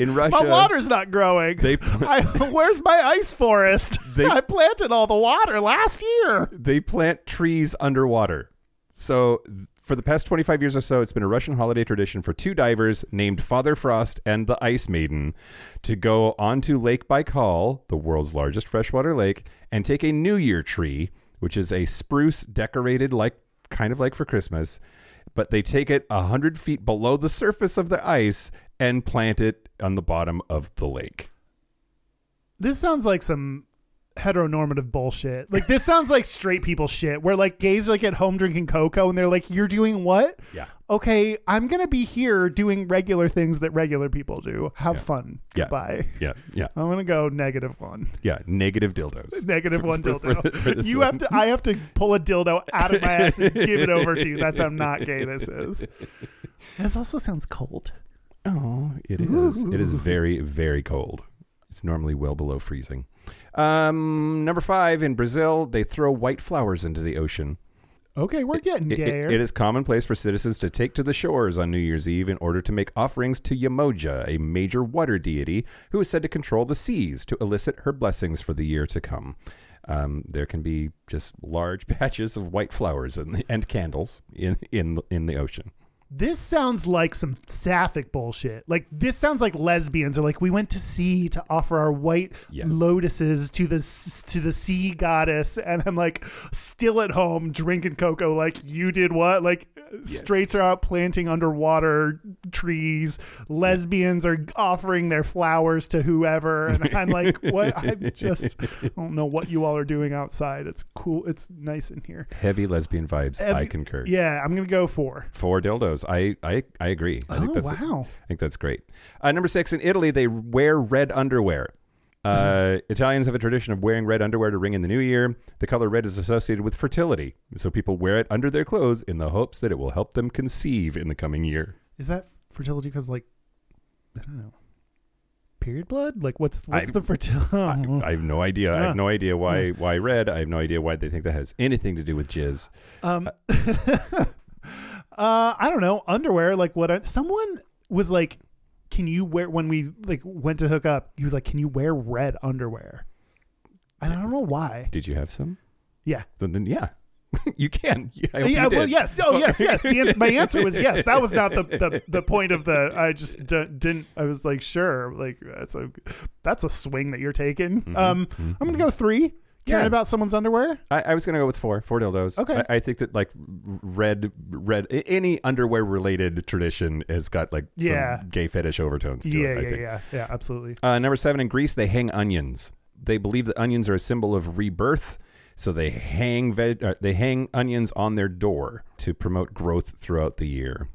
A: In Russia,
B: My water's not growing.
A: They pl-
B: I, where's my ice forest?
A: They-
B: I planted all the water last year.
A: they plant trees underwater. So th- for the past 25 years or so, it's been a Russian holiday tradition for two divers named Father Frost and the Ice Maiden to go onto Lake Baikal, the world's largest freshwater lake, and take a New Year tree, which is a spruce decorated like kind of like for Christmas, but they take it 100 feet below the surface of the ice and plant it on the bottom of the lake.
B: This sounds like some heteronormative bullshit. Like this sounds like straight people shit where like gays are like at home drinking cocoa and they're like you're doing what?
A: Yeah.
B: Okay, I'm going to be here doing regular things that regular people do. Have fun.
A: Yeah.
B: Goodbye.
A: Yeah. Yeah.
B: I'm going to go negative 1.
A: Yeah. Negative dildos.
B: Negative one
A: for- for-
B: dildo.
A: for this
B: you have to. I have to pull a dildo out of my ass and give it over to you. That's how not gay this is. This also sounds cold.
A: Oh, it is. It is very, very cold. It's normally well below freezing. Um, number five in Brazil, they throw white flowers into the ocean.
B: Okay, we're getting
A: It- it-
B: gayer.
A: it is commonplace for citizens to take to the shores on New Year's Eve in order to make offerings to Yamoja, a major water deity who is said to control the seas to elicit her blessings for the year to come. Um, there can be just large patches of white flowers and, and candles in, in in the ocean.
B: this sounds like some sapphic bullshit. Like this sounds like lesbians are like we went to sea to offer our white
A: Yes.
B: lotuses to the s- to the sea goddess, and I'm like still at home drinking cocoa. Like you did what? Like straights are out planting underwater trees. Lesbians are offering their flowers to whoever, and I'm like, what? I just I don't know what you all are doing outside. It's cool. It's nice in here.
A: Heavy lesbian vibes. I
B: Every-
A: concur.
B: Yeah, I'm gonna go for.
A: Four dildos. I I, I agree. I
B: Oh,
A: think that's
B: wow.
A: I think that's great. Uh, number six in Italy, they wear red underwear. Uh, Italians have a tradition of wearing red underwear to ring in the new year. The color red is associated with fertility, so people wear it under their clothes in the hopes that it will help them conceive in the coming year.
B: Is that fertility because like I don't know period blood? Like what's what's
A: I-
B: the fertility?
A: I, I have no idea. I
B: Mm-hmm. Yeah.
A: have no idea why why red. I have no idea why they think that has anything to do with jizz.
B: um, uh, I don't know underwear. Like what? I, someone was like, "Can you wear?" When we like went to hook up, he was like, "Can you wear red underwear?" And I don't know why.
A: Did you have some?
B: Yeah.
A: Then, then yeah, you can. Yeah, I hope
B: yeah,
A: you
B: well,
A: did.
B: yes. Oh, yes, yes. The ans- my answer was yes. That was not the, the, the point of the. I just d- didn't. I was like, sure, like that's a that's a swing that you're taking.
A: Mm-hmm.
B: Um, I'm gonna go three. Caring
A: Yeah.
B: about someone's underwear.
A: I, I was gonna go with four, four dildos.
B: Okay.
A: I, I think that like red, red, a- any underwear related tradition has got like some
B: Yeah.
A: gay fetish overtones to
B: Yeah,
A: it. I
B: yeah,
A: think.
B: yeah, yeah. Absolutely.
A: Uh, number seven in Greece, they hang onions. They believe that onions are a symbol of rebirth, so they hang veg- uh, they hang onions on their door to promote growth throughout the year.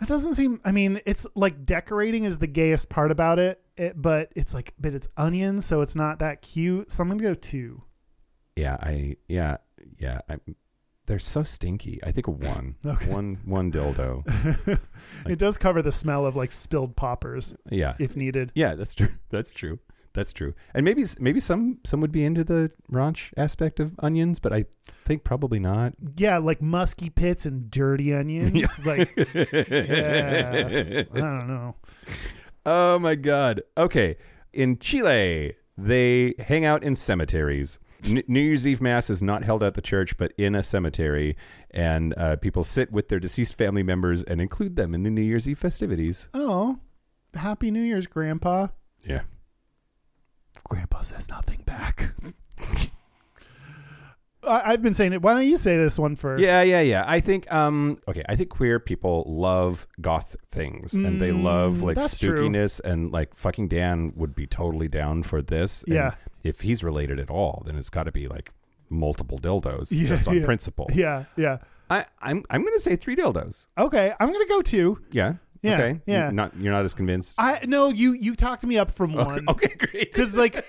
B: That doesn't seem. I mean, it's like decorating is the gayest part about it, it but it's like, but it's onions, so it's not that cute. So I'm gonna go two.
A: Yeah, I yeah yeah. I, they're so stinky. I think a one,
B: Okay.
A: one, one dildo.
B: it does cover the smell of like spilled poppers
A: Yeah,
B: if needed.
A: yeah. That's true. That's true. That's true. And maybe maybe some some would be into the ranch aspect of onions, but I think probably not.
B: Yeah, like musky pits and dirty onions. Like, yeah, I don't know.
A: Oh my god. Okay. In Chile, they hang out in cemeteries. N- New Year's Eve mass is not held at the church, but in a cemetery, and uh, people sit with their deceased family members and include them in the New Year's Eve festivities.
B: Oh, happy New Year's, Grandpa.
A: Yeah.
B: Grandpa says nothing back. I- I've been saying it. Why don't you say this one first?
A: Yeah, yeah, yeah. I think um okay, I think queer people love goth things and they love
B: Mm,
A: like
B: that's true.
A: spookiness and like fucking Dan would be totally down for this. And
B: Yeah.
A: if he's related at all, then it's gotta be like multiple dildos
B: Yeah,
A: just on
B: yeah.
A: principle.
B: yeah, yeah.
A: I, I'm I'm gonna say three dildos.
B: Okay, I'm gonna go two.
A: Yeah.
B: Yeah,
A: Okay.
B: yeah.
A: You're not you're not as convinced.
B: I no, you you talked me up from one
A: okay, great.
B: because like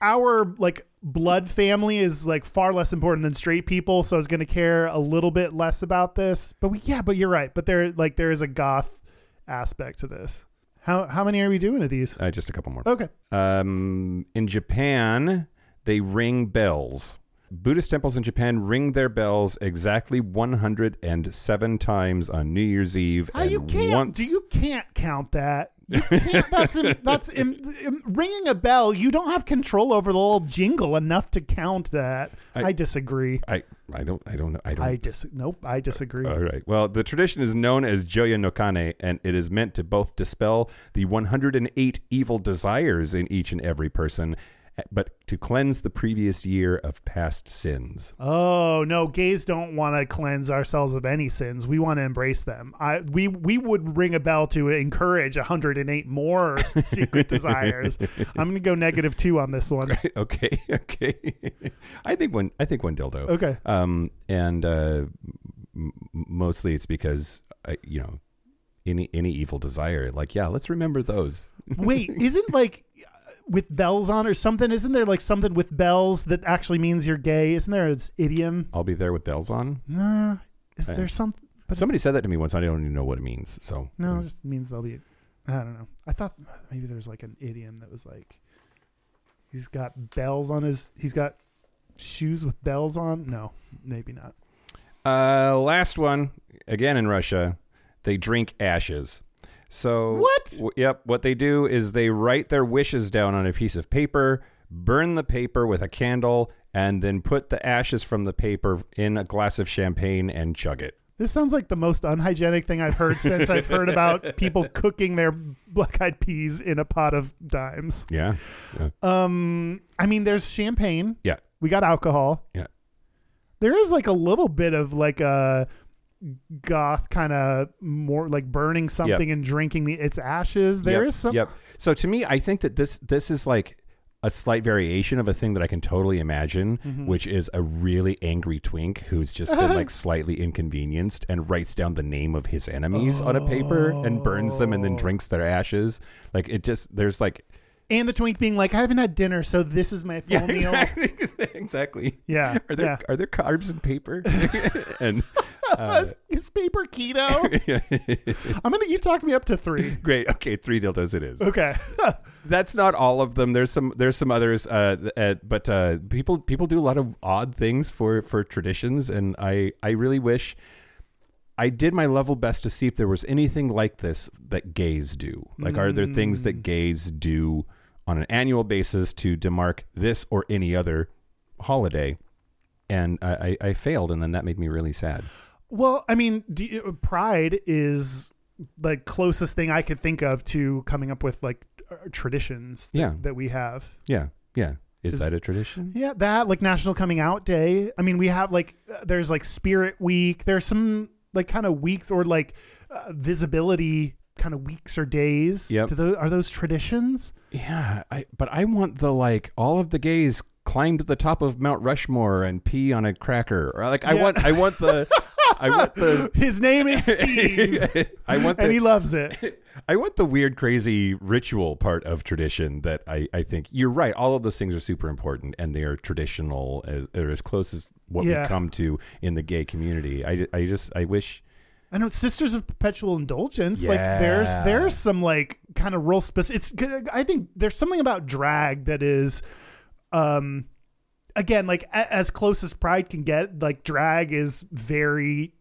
B: our like blood family is like far less important than straight people, so I was gonna care a little bit less about this. But we, yeah, but you're right. But there like there is a goth aspect to this. How how many are we doing of these?
A: Uh, just a couple more.
B: Okay.
A: Um, in Japan, they ring bells. Buddhist temples in Japan ring their bells exactly 107 times on New Year's Eve.
B: How you
A: and
B: can't?
A: Once,
B: Do you can't count that? You can't. That's im, that's im, im- ringing a bell. You don't have control over the little jingle enough to count that. I,
A: I-
B: disagree.
A: I I don't I don't know I don't.
B: I dis. Nope. I disagree.
A: all right. Well, the tradition is known as Joya no Kane, and it is meant to both dispel the 108 evil desires in each and every person, eh, but to cleanse the previous year of past sins.
B: oh no, gays don't want to cleanse ourselves of any sins. We want to embrace them. I we we would ring a bell to encourage 108 more secret desires. I'm gonna go negative two on this one.
A: okay, okay. I think one. I think one dildo.
B: Okay.
A: Um, and uh, m- m- mostly it's because I, you know, any any evil desire. Like, yeah, let's remember those.
B: Wait, isn't like with bells on or something? Isn't there like something with bells that actually means you're gay? Isn't there an idiom?
A: I'll be there with bells on.
B: Nah, is
A: Uh,
B: there something? But
A: Somebody said that to me once. I don't even know what it means. So Mm.
B: it's- no, it just means they'll be. I don't know. I thought maybe there's like an idiom that was like, he's got bells on his. He's got shoes with bells on. No, maybe not.
A: Uh, last one again in Russia, they drink ashes. So
B: What?
A: w- yep. What they do is they write their wishes down on a piece of paper, burn the paper with a candle, and then put the ashes from the paper in a glass of champagne and chug it.
B: This sounds like the most unhygienic thing I've heard since I've heard about people cooking their black-eyed peas in a pot of dimes.
A: Yeah.
B: Um, I mean, there's champagne.
A: Yeah.
B: We got alcohol.
A: Yeah.
B: There is like a little bit of like a goth kind of more like burning something and drinking the its ashes. There is
A: Yep,
B: some
A: Yep. So to me, I think that this this is like a slight variation of a thing that I can totally imagine,
B: Mm-hmm.
A: which is a really angry twink who's just been like slightly inconvenienced and writes down the name of his enemies on a paper and burns them and
B: Oh.
A: then drinks their ashes. Like it just there's like
B: and the twink being like, I haven't had dinner, so this is my full
A: yeah,
B: meal.
A: exactly, exactly.
B: Yeah,
A: Are there
B: yeah.
A: are there carbs in paper? and
B: Is- is paper keto? I'm gonna you talked me up to three.
A: great, okay, three dildos it is.
B: Okay.
A: that's not all of them. There's some there's some others, uh, th- uh, but uh, people people do a lot of odd things for for traditions, and I I really wish I did my level best to see if there was anything like this that gays do. Like, are there things that gays do on an annual basis to demark this or any other holiday? and I, I, I failed, and then that made me really sad.
B: Well, I mean, d pride is like closest thing I could think of to coming up with like uh, traditions that,
A: Yeah.
B: that we have.
A: Yeah, yeah. Is,
B: Is-
A: that a tradition?
B: Yeah, that like National Coming Out Day. I mean, we have like uh, there's like Spirit Week. There's some like kind of weeks or like uh, visibility kind of weeks or days.
A: Yep.
B: Do tho- are those traditions?
A: Yeah, I, but I want the like all of the gays climb to the top of Mount Rushmore and pee on a cracker. Or like I
B: Yeah.
A: want, I want the, I want the.
B: His name is Steve,
A: I want the
B: and he loves it.
A: I want the weird, crazy ritual part of tradition that I, I think you're right. All of those things are super important and they are traditional as, or as close as what
B: Yeah.
A: we come to in the gay community. I, I just, I wish.
B: I know Sisters of Perpetual Indulgence. Like there's
A: Yeah.
B: there's some like kind of real specific. It's good- I think there's something about drag that is, um, again like a- as close as Pride can get. Like drag is very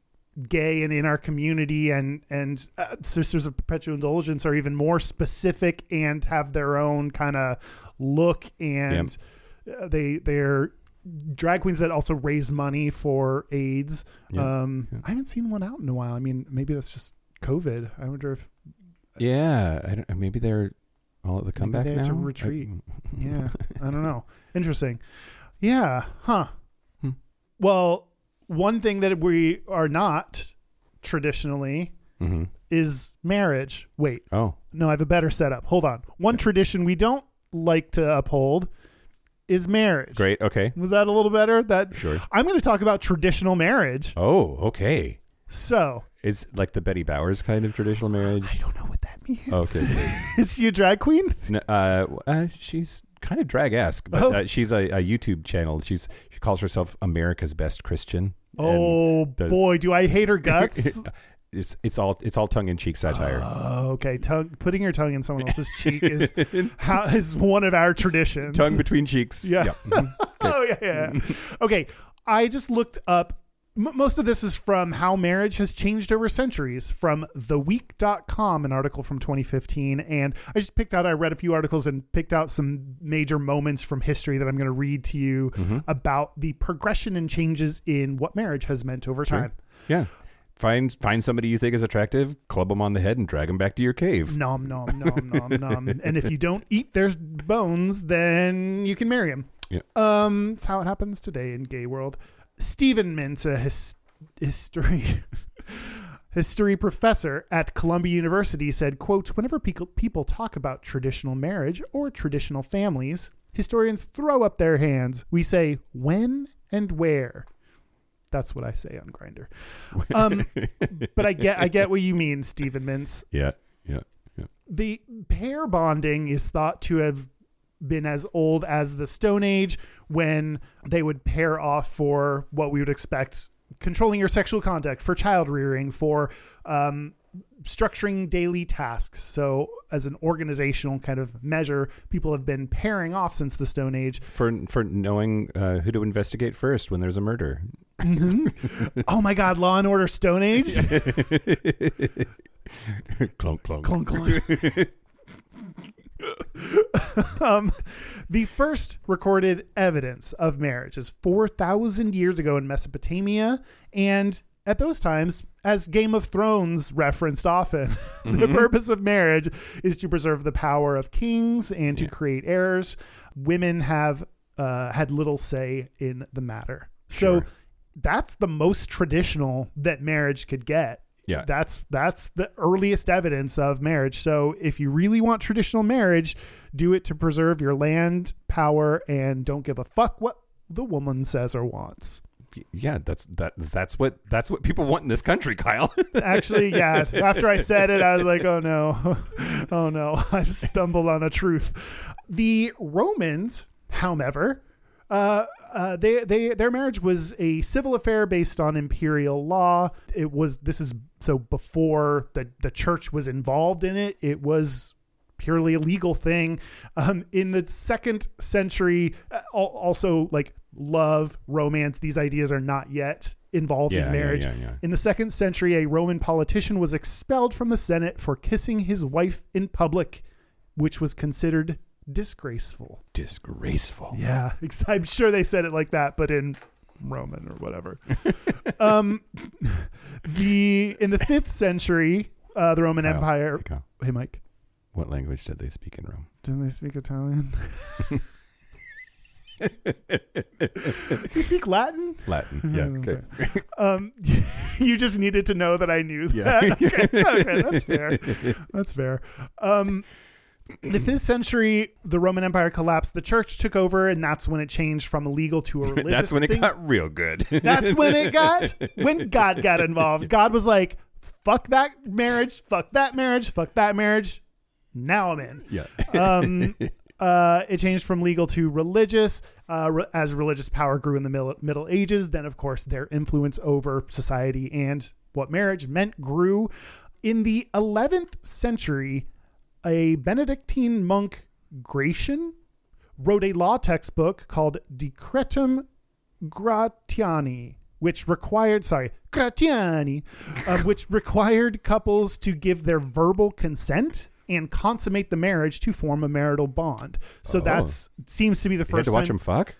B: gay and in our community, and and uh, Sisters of Perpetual Indulgence are even more specific and have their own kind of look and uh they they're drag queens that also raise money for AIDS.
A: Yeah.
B: Um, I haven't seen one out in a while. I mean, maybe that's just COVID. I wonder if
A: Yeah. I don't, maybe they're all at the comeback
B: they
A: now.
B: had to retreat. yeah, I don't know. Interesting. Yeah, huh.
A: Hmm.
B: Well, one thing that we are not traditionally
A: hmm
B: is marriage. Wait,
A: Oh,
B: no, I have a better setup. Hold on. One tradition we don't like to uphold is marriage.
A: great. Okay.
B: Was that a little better? That
A: Sure.
B: I'm going to talk about traditional marriage.
A: Oh, okay.
B: So,
A: It's like the Betty Bowers kind of traditional marriage.
B: I don't know what that means.
A: Okay.
B: Is she a drag queen?
A: No, uh, uh, she's kind of drag esque, but
B: Oh.
A: uh, she's a, a YouTube channel. She's she calls herself America's Best Christian. and
B: Oh
A: does-
B: boy, do I hate her guts.
A: it's it's all it's all tongue in cheek satire.
B: oh, okay, tongue, putting your tongue in someone else's cheek is how, is one of our traditions.
A: tongue between cheeks.
B: Yeah.
A: Mhm.
B: oh yeah, yeah. okay, I just looked up. M- most of this is from how marriage has changed over centuries from theweek.com an article from 2015 and i just picked out i read a few articles and picked out some major moments from history that i'm going to read to you about the progression and changes in what marriage has meant over time
A: Yeah. Find find somebody you think is attractive, club them on the head, and drag them back to your cave.
B: nom nom nom nom nom. And if you don't eat their bones, then you can marry him.
A: Yeah.
B: Um, it's how it happens today in gay world. Stephen Mintz, a his- history history professor at Columbia University, said, "quote Whenever people people talk about traditional marriage or traditional families, historians throw up their hands. We say when and where." That's what I say on Grinder. Um, but I get I get what you mean, Stephen Mintz
A: Yeah. Yeah. Yeah.
B: the pair bonding is thought to have been as old as the Stone Age when they would pair off for what we would expect controlling your sexual conduct, for child rearing, for um, structuring daily tasks. So, as an organizational kind of measure, people have been pairing off since the Stone Age.
A: For for knowing uh, who to investigate first when there's a murder.
B: oh my God, Law and Order Stone Age?
A: clunk clunk.
B: Clunk, clunk. um, the first recorded evidence of marriage is 4,000 years ago in Mesopotamia. And at those times, as Game of Thrones referenced often, the purpose of marriage is to preserve the power of kings and to create heirs. Women have uh, had little say in the matter.
A: Sure.
B: So that's the most traditional that marriage could get
A: Yeah.
B: that's that's the earliest evidence of marriage so if you really want traditional marriage do it to preserve your land power and don't give a fuck what the woman says or wants
A: Yeah. That's that. That's what that's what people want in this country, Kyle.
B: actually yeah after i said it i was like oh no oh no i stumbled on a truth the romans however uh, uh, they, they, their marriage was a civil affair based on imperial law. It was this is so before the the church was involved in it. It was purely a legal thing. Um, in the second century, uh, al- also like love, romance, these ideas are not yet involved
A: Yeah, yeah,
B: in marriage.
A: yeah, yeah.
B: In the second century, a Roman politician was expelled from the Senate for kissing his wife in public, which was considered disgraceful.
A: Disgraceful.
B: Yeah, ex- I'm sure they said it like that, but in Roman or whatever. um, the in the fifth century, uh, the Roman
A: Kyle,
B: Empire.
A: Kyle,
B: Hey, Mike,
A: What language did they speak in Rome?
B: didn't they speak Italian? you speak Latin.
A: Latin. Yeah.
B: Okay.
A: Okay.
B: Mm. Um, you just needed to know that I knew
A: Yeah.
B: that. okay, okay, that's fair. That's fair. Um, the fifth century, the Roman Empire collapsed. The church took over, and that's when it changed from illegal to a religious.
A: That's when it
B: thing.
A: got real good.
B: That's when it got when God got involved. God was like, "Fuck that marriage. Fuck that marriage. Fuck that marriage." Now I'm in
A: yeah.
B: um, uh, it changed from legal to religious uh, re- as religious power grew in the middle, middle ages then of course their influence over society and what marriage meant grew in the 11th century a benedictine monk gratian wrote a law textbook called decretum gratiani which required sorry gratiani uh, which required couples to give their verbal consent and consummate the marriage to form a marital bond so
A: Oh.
B: that's seems to be the
A: You had
B: first
A: to watch
B: time
A: him fuck?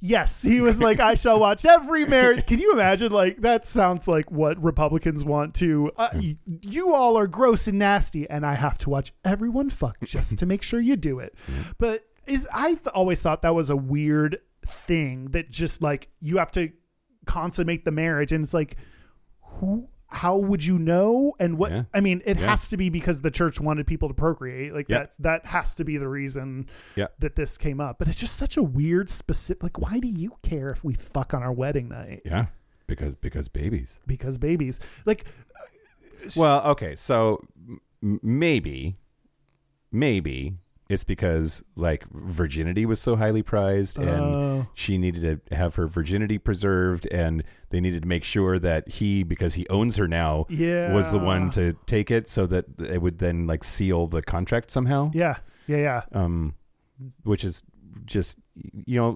B: yes he was like i shall watch every marriage can you imagine like that sounds like what republicans want to uh, y- you all are gross and nasty and i have to watch everyone fuck just to make sure you do it but is i th- always thought that was a weird thing that just like you have to consummate the marriage and it's like who how would you know and what
A: Yeah.
B: i mean it
A: Yeah.
B: has to be because the church wanted people to procreate like
A: Yep.
B: that that has to be the reason
A: Yeah.
B: that this came up but it's just such a weird specific like why do you care if we fuck on our wedding night
A: Yeah. Because because babies.
B: because babies like
A: Well, okay, so m- maybe, maybe it's because like virginity was so highly prized, and
B: Oh.
A: she needed to have her virginity preserved, and they needed to make sure that he, because he owns her now, was the one
B: Yeah.
A: to take it, so that it would then like seal the contract somehow.
B: yeah yeah yeah
A: Um, which is just you know.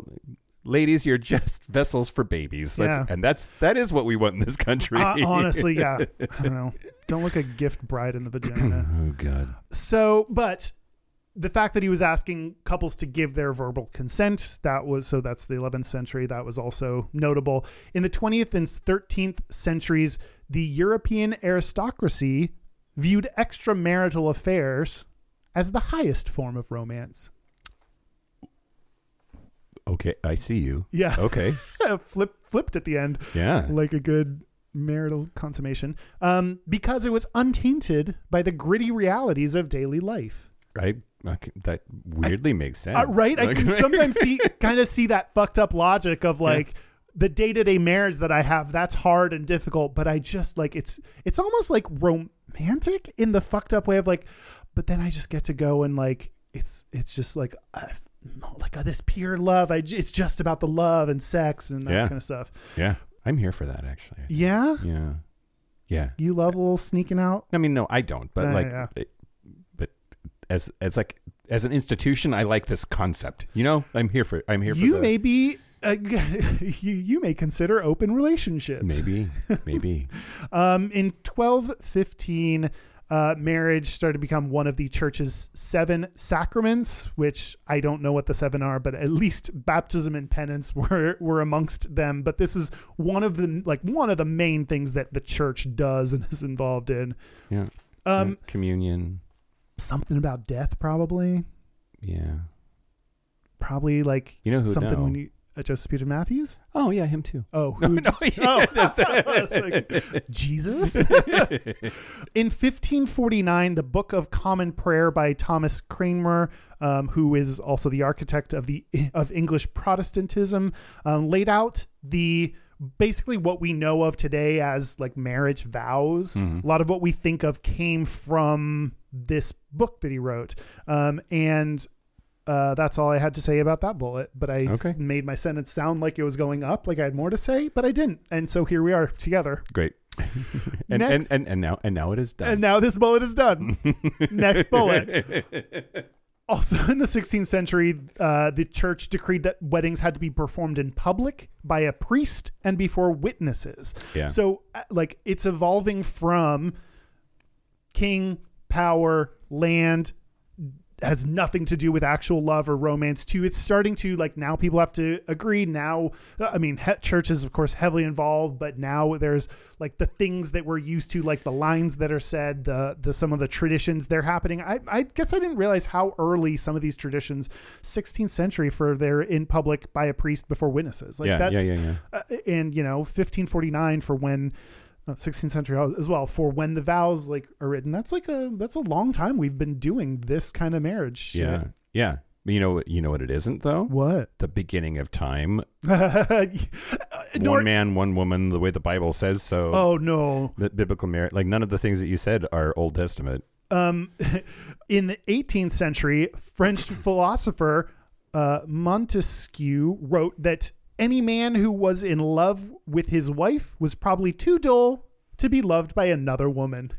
A: Ladies, you're just vessels for babies. That's,
B: Yeah.
A: And that's that is what we want in this country.
B: Uh, honestly yeah i don't know don't look a gift bride in the vagina
A: oh God.
B: So, but the fact that he was asking couples to give their verbal consent, that was so that's the 11th century, that was also notable. In the 20th and 13th centuries, the European aristocracy viewed extramarital affairs as the highest form of romance.
A: Okay, I see you.
B: Yeah.
A: Okay.
B: Flip, flipped at the end
A: Yeah.
B: like a good marital consummation um, because it was untainted by the gritty realities of daily life.
A: I, I can- that weirdly makes sense.
B: Uh, right? I can
A: Like-
B: sometimes see kind of see that fucked up logic of like the day to day marriage that I have. That's hard and difficult, but I just like it's it's almost like romantic in the fucked up way of like, but then I just get to go and like it's it's just like uh, like uh, this pure love. I j- it's just about the love and sex and that
A: Yeah.
B: kind of stuff.
A: yeah. I'm here for that actually.
B: Yeah,
A: Yeah. Yeah.
B: you love a little sneaking out.
A: I mean, no, I don't, but
B: Yeah,
A: like,
B: yeah.
A: it- but as as like as an institution, I like this concept. You know, I'm here for. I'm here
B: You
A: for. the-
B: may be. Uh, you, you may consider open relationships.
A: Maybe, maybe.
B: Um, in 1215, uh, marriage started to become one of the church's seven sacraments, which I don't know what the seven are, but at least baptism and penance were were amongst them. But this is one of the like one of the main things that the church does and is involved in.
A: Yeah.
B: Um,
A: Yeah. communion.
B: something about death, probably,
A: Yeah.
B: probably like
A: You know who'd
B: something
A: know?
B: when you uh, Joseph Peter Matthews.
A: Oh yeah, him too.
B: Oh, who
A: No, yeah.
B: Oh, I was like, Jesus. In 1549, the Book of Common Prayer by Thomas Cranmer, um, who is also the architect of the of English Protestantism, um, laid out the basically what we know of today as like marriage vows.
A: Mm-hmm.
B: A lot of what we think of came from this book that he wrote, um, and. Uh, that's all I had to say about that bullet, but I s-
A: Okay.
B: made my sentence sound like it was going up, like I had more to say, but I didn't. And so here we are together.
A: Great. and, and
B: Next.
A: and and now and now it is done.
B: And now this bullet is done. Next bullet. Also, in the 16th century, uh, the church decreed that weddings had to be performed in public by a priest and before witnesses.
A: Yeah.
B: So, uh, like, it's evolving from king, power, land, has nothing to do with actual love or romance to it's starting to like now people have to agree now i mean he- church is of course heavily involved but now there's like the things that we're used to like the lines that are said the the some of the traditions they're happening i i guess i didn't realize how early some of these traditions 16th century for they're in public by a priest before witnesses like
A: Yeah, yeah,
B: that's
A: yeah, yeah.
B: uh, and you know 1549 for when uh, 16th century as well for when the vows like are written that's like a that's a long time we've been doing this kind of marriage shit.
A: Yeah. Yeah. You know you know what it isn't though?
B: what
A: The beginning of time.
B: Uh, nor-
A: one man, one woman, the way the Bible says so.
B: oh no
A: The biblical marriage like none of the things that you said are Old Testament.
B: um in the 18th century french philosopher uh montesquieu wrote that any man who was in love with his wife was probably too dull to be loved by another woman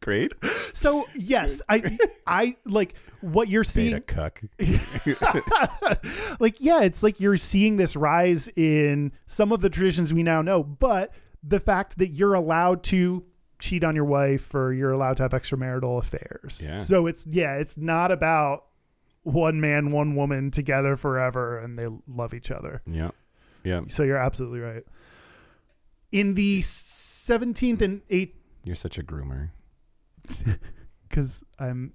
A: Great.
B: so yes i i like what you're seeing
A: Beta cuck.
B: like yeah it's like you're seeing this rise in some of the traditions we now know but the fact that you're allowed to cheat on your wife or you're allowed to have extramarital affairs
A: Yeah.
B: so it's yeah it's not about one man one woman together forever and they love each other
A: Yeah. Yeah.
B: so you're absolutely right in the 17th and 8th
A: You're such a groomer.
B: because i'm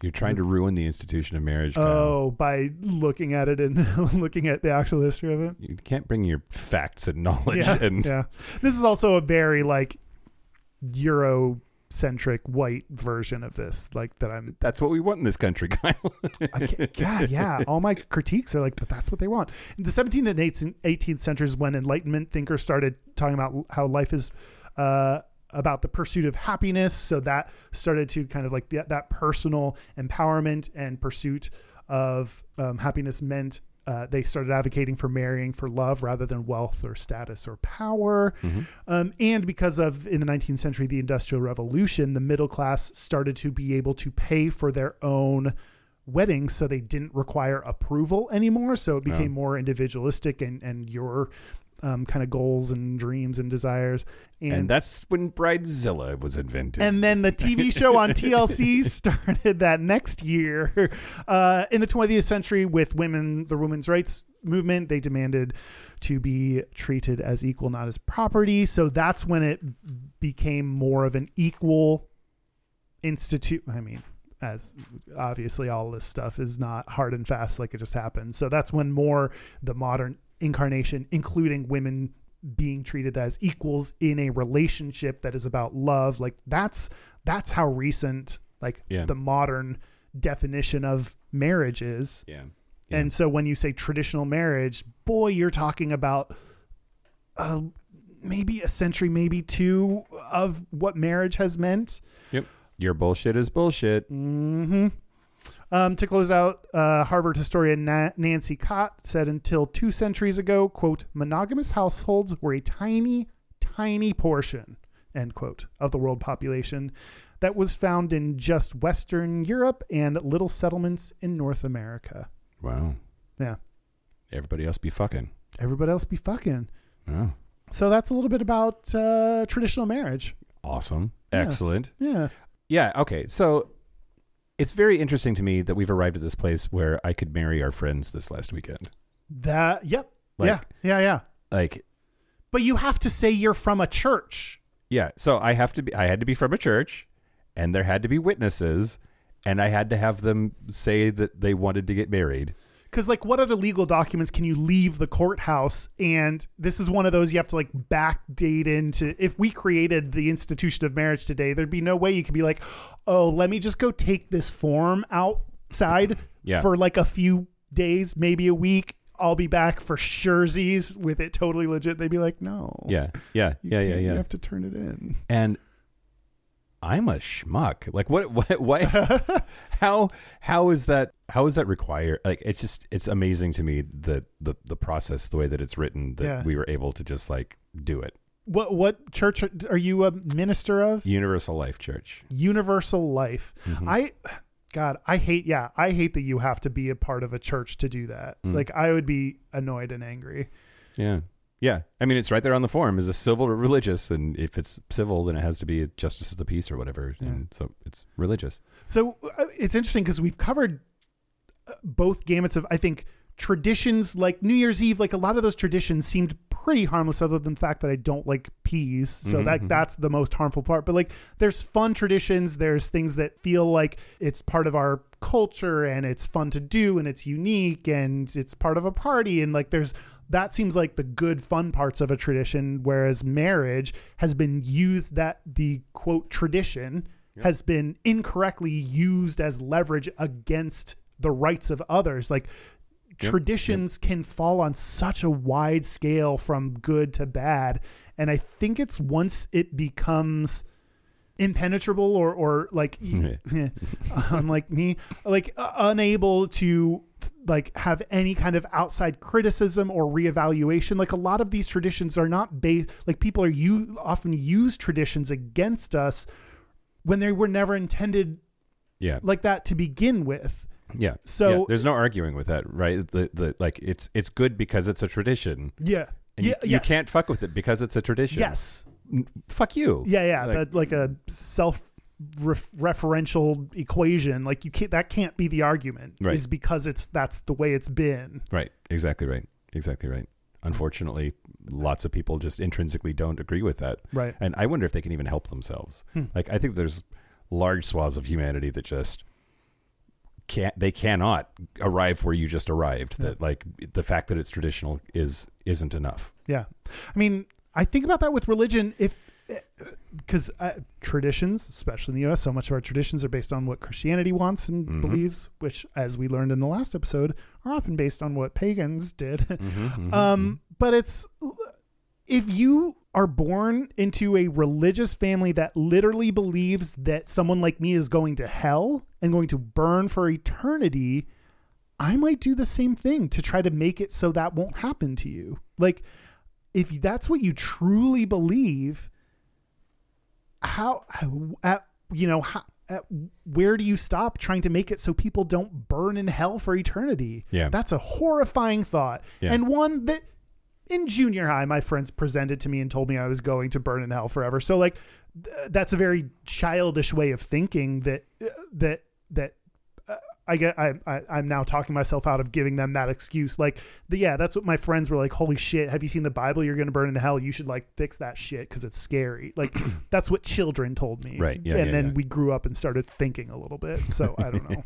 A: You're trying to ruin the institution of marriage. Kyle.
B: oh by looking at it and looking at the actual history of it
A: You can't bring your facts and knowledge
B: yeah,
A: and
B: yeah. This is also a very like Eurocentric white version of this, like that I'm.
A: That's what we want in this country, Kyle.
B: I can't- God, yeah. All my critiques are like, but that's what they want. In the 17th and 18th, 18th centuries, when Enlightenment thinkers started talking about how life is uh, about the pursuit of happiness, so that started to kind of like the, that personal empowerment and pursuit of um, happiness meant. Uh, they started advocating for marrying for love rather than wealth or status or power. Um, and because of in the 19th century, the Industrial Revolution, the middle class started to be able to pay for their own weddings, so they didn't require approval anymore. So it became more individualistic and and your um, kind of goals and dreams and desires. And
A: and that's when Bridezilla was invented.
B: and then the TV show on TLC started that next year uh, in the 20th century with women, the women's rights movement. They demanded to be treated as equal, not as property. So that's when it became more of an equal institute. I mean, as obviously all this stuff is not hard and fast like it just happened. So that's when more the modern incarnation, including women being treated as equals in a relationship that is about love, like that's that's how recent like
A: Yeah.
B: the modern definition of marriage is.
A: yeah.
B: And so when you say traditional marriage, boy, you're talking about uh, maybe a century, maybe two of what marriage has meant.
A: Yep. Your bullshit is bullshit.
B: Mm-hmm. Um, to close out, uh, Harvard historian Na- Nancy Cott said until two centuries ago, quote, monogamous households were a tiny, tiny portion, end quote, of the world population that was found in just Western Europe and little settlements in North America.
A: Wow.
B: Yeah.
A: Everybody else be fucking. Oh.
B: Everybody else be fucking.
A: Wow.
B: So that's a little bit about uh, traditional marriage.
A: Awesome.
B: Yeah.
A: Excellent.
B: Yeah.
A: Yeah. Okay. So it's very interesting to me that we've arrived at this place where I could marry our friends this last weekend.
B: That, yep.
A: Like-
B: yeah. Yeah. Yeah.
A: Like,
B: But you have to say you're from a church.
A: yeah. So I have to be, I had to be from a church and there had to be witnesses and I had to have them say that they wanted to get married.
B: Because, like, what other legal documents can you leave the courthouse? And this is one of those you have to, like, backdate into. If we created the institution of marriage today, there'd be no way you could be like, oh, let me just go take this form outside
A: Yeah.
B: for, like, a few days, maybe a week. I'll be back for surezies with it totally legit. They'd be like, no.
A: Yeah. Yeah.
B: you
A: Yeah. Yeah.
B: can't. You
A: Yeah.
B: have to turn it in.
A: and I'm a schmuck. Like what? What? Why? how? How is that? How is that required? Like it's just it's amazing to me that the the process, the way that it's written, that
B: Yeah.
A: we were able to just like do it.
B: What what church are- are you a minister of?
A: Universal Life Church.
B: universal life. I God, I hate yeah, I hate that you have to be a part of a church to do that. Like I would be annoyed and angry.
A: Yeah. Yeah. I mean, it's right there on the form. Is it civil or religious? And if it's civil, then it has to be a justice of the peace or whatever. And so it's religious.
B: So uh, it's interesting because we've covered uh, both gamuts of, I think, traditions like New Year's Eve. Like a lot of those traditions seemed pretty harmless, other than the fact that I don't like peas. So that that's the most harmful part. But like, there's fun traditions. There's things that feel like it's part of our culture and it's fun to do and it's unique and it's part of a party and like there's that seems like the good fun parts of a tradition whereas marriage has been used that the quote tradition has been incorrectly used as leverage against the rights of others. Like traditions can fall on such a wide scale from good to bad. And I think it's once it becomes impenetrable or, or like unlike me like uh, unable to like have any kind of outside criticism or reevaluation like a lot of these traditions are not based like people are you often use traditions against us when they were never intended
A: Yeah.
B: like that to begin with
A: Yeah.
B: So-
A: Yeah. there's no arguing with that, right? The, the like it's it's good because it's a tradition.
B: yeah
A: And
B: yeah
A: you, you
B: yes.
A: can't fuck with it because it's a tradition.
B: yes
A: Fuck you.
B: yeah yeah
A: Like-
B: that, like a self ref- referential equation like you can't that can't be the argument
A: Right.
B: is because it's that's the way it's been
A: Right. Exactly right. Exactly right. Unfortunately, lots of people just intrinsically don't agree with that.
B: Right.
A: And I wonder if they can even help themselves. Like I think there's large swaths of humanity that just can't they cannot arrive where you just arrived. That like the fact that it's traditional is isn't enough.
B: Yeah. I mean, I think about that with religion if because uh, traditions, especially in the US, so much of our traditions are based on what Christianity wants and
A: Mm-hmm.
B: believes, which as we learned in the last episode, are often based on what pagans did.
A: Mm-hmm.
B: um but it's if you are born into a religious family that literally believes that someone like me is going to hell and going to burn for eternity, I might do the same thing to try to make it so that won't happen to you. Like, if that's what you truly believe, how, at, you know, how, at, where do you stop trying to make it so people don't burn in hell for eternity?
A: Yeah.
B: That's a horrifying thought.
A: Yeah.
B: And one that in junior high, my friends presented to me and told me I was going to burn in hell forever. So, like, th- that's a very childish way of thinking that, that, that uh, I get I, I I'm now talking myself out of giving them that excuse. Like, the, yeah, that's what my friends were like. Holy shit! Have you seen the Bible? You're gonna burn in hell. You should like fix that shit because it's scary. Like, that's what children told me.
A: Right, yeah,
B: and
A: yeah,
B: then
A: yeah.
B: we grew up and started thinking a little bit. So I don't know.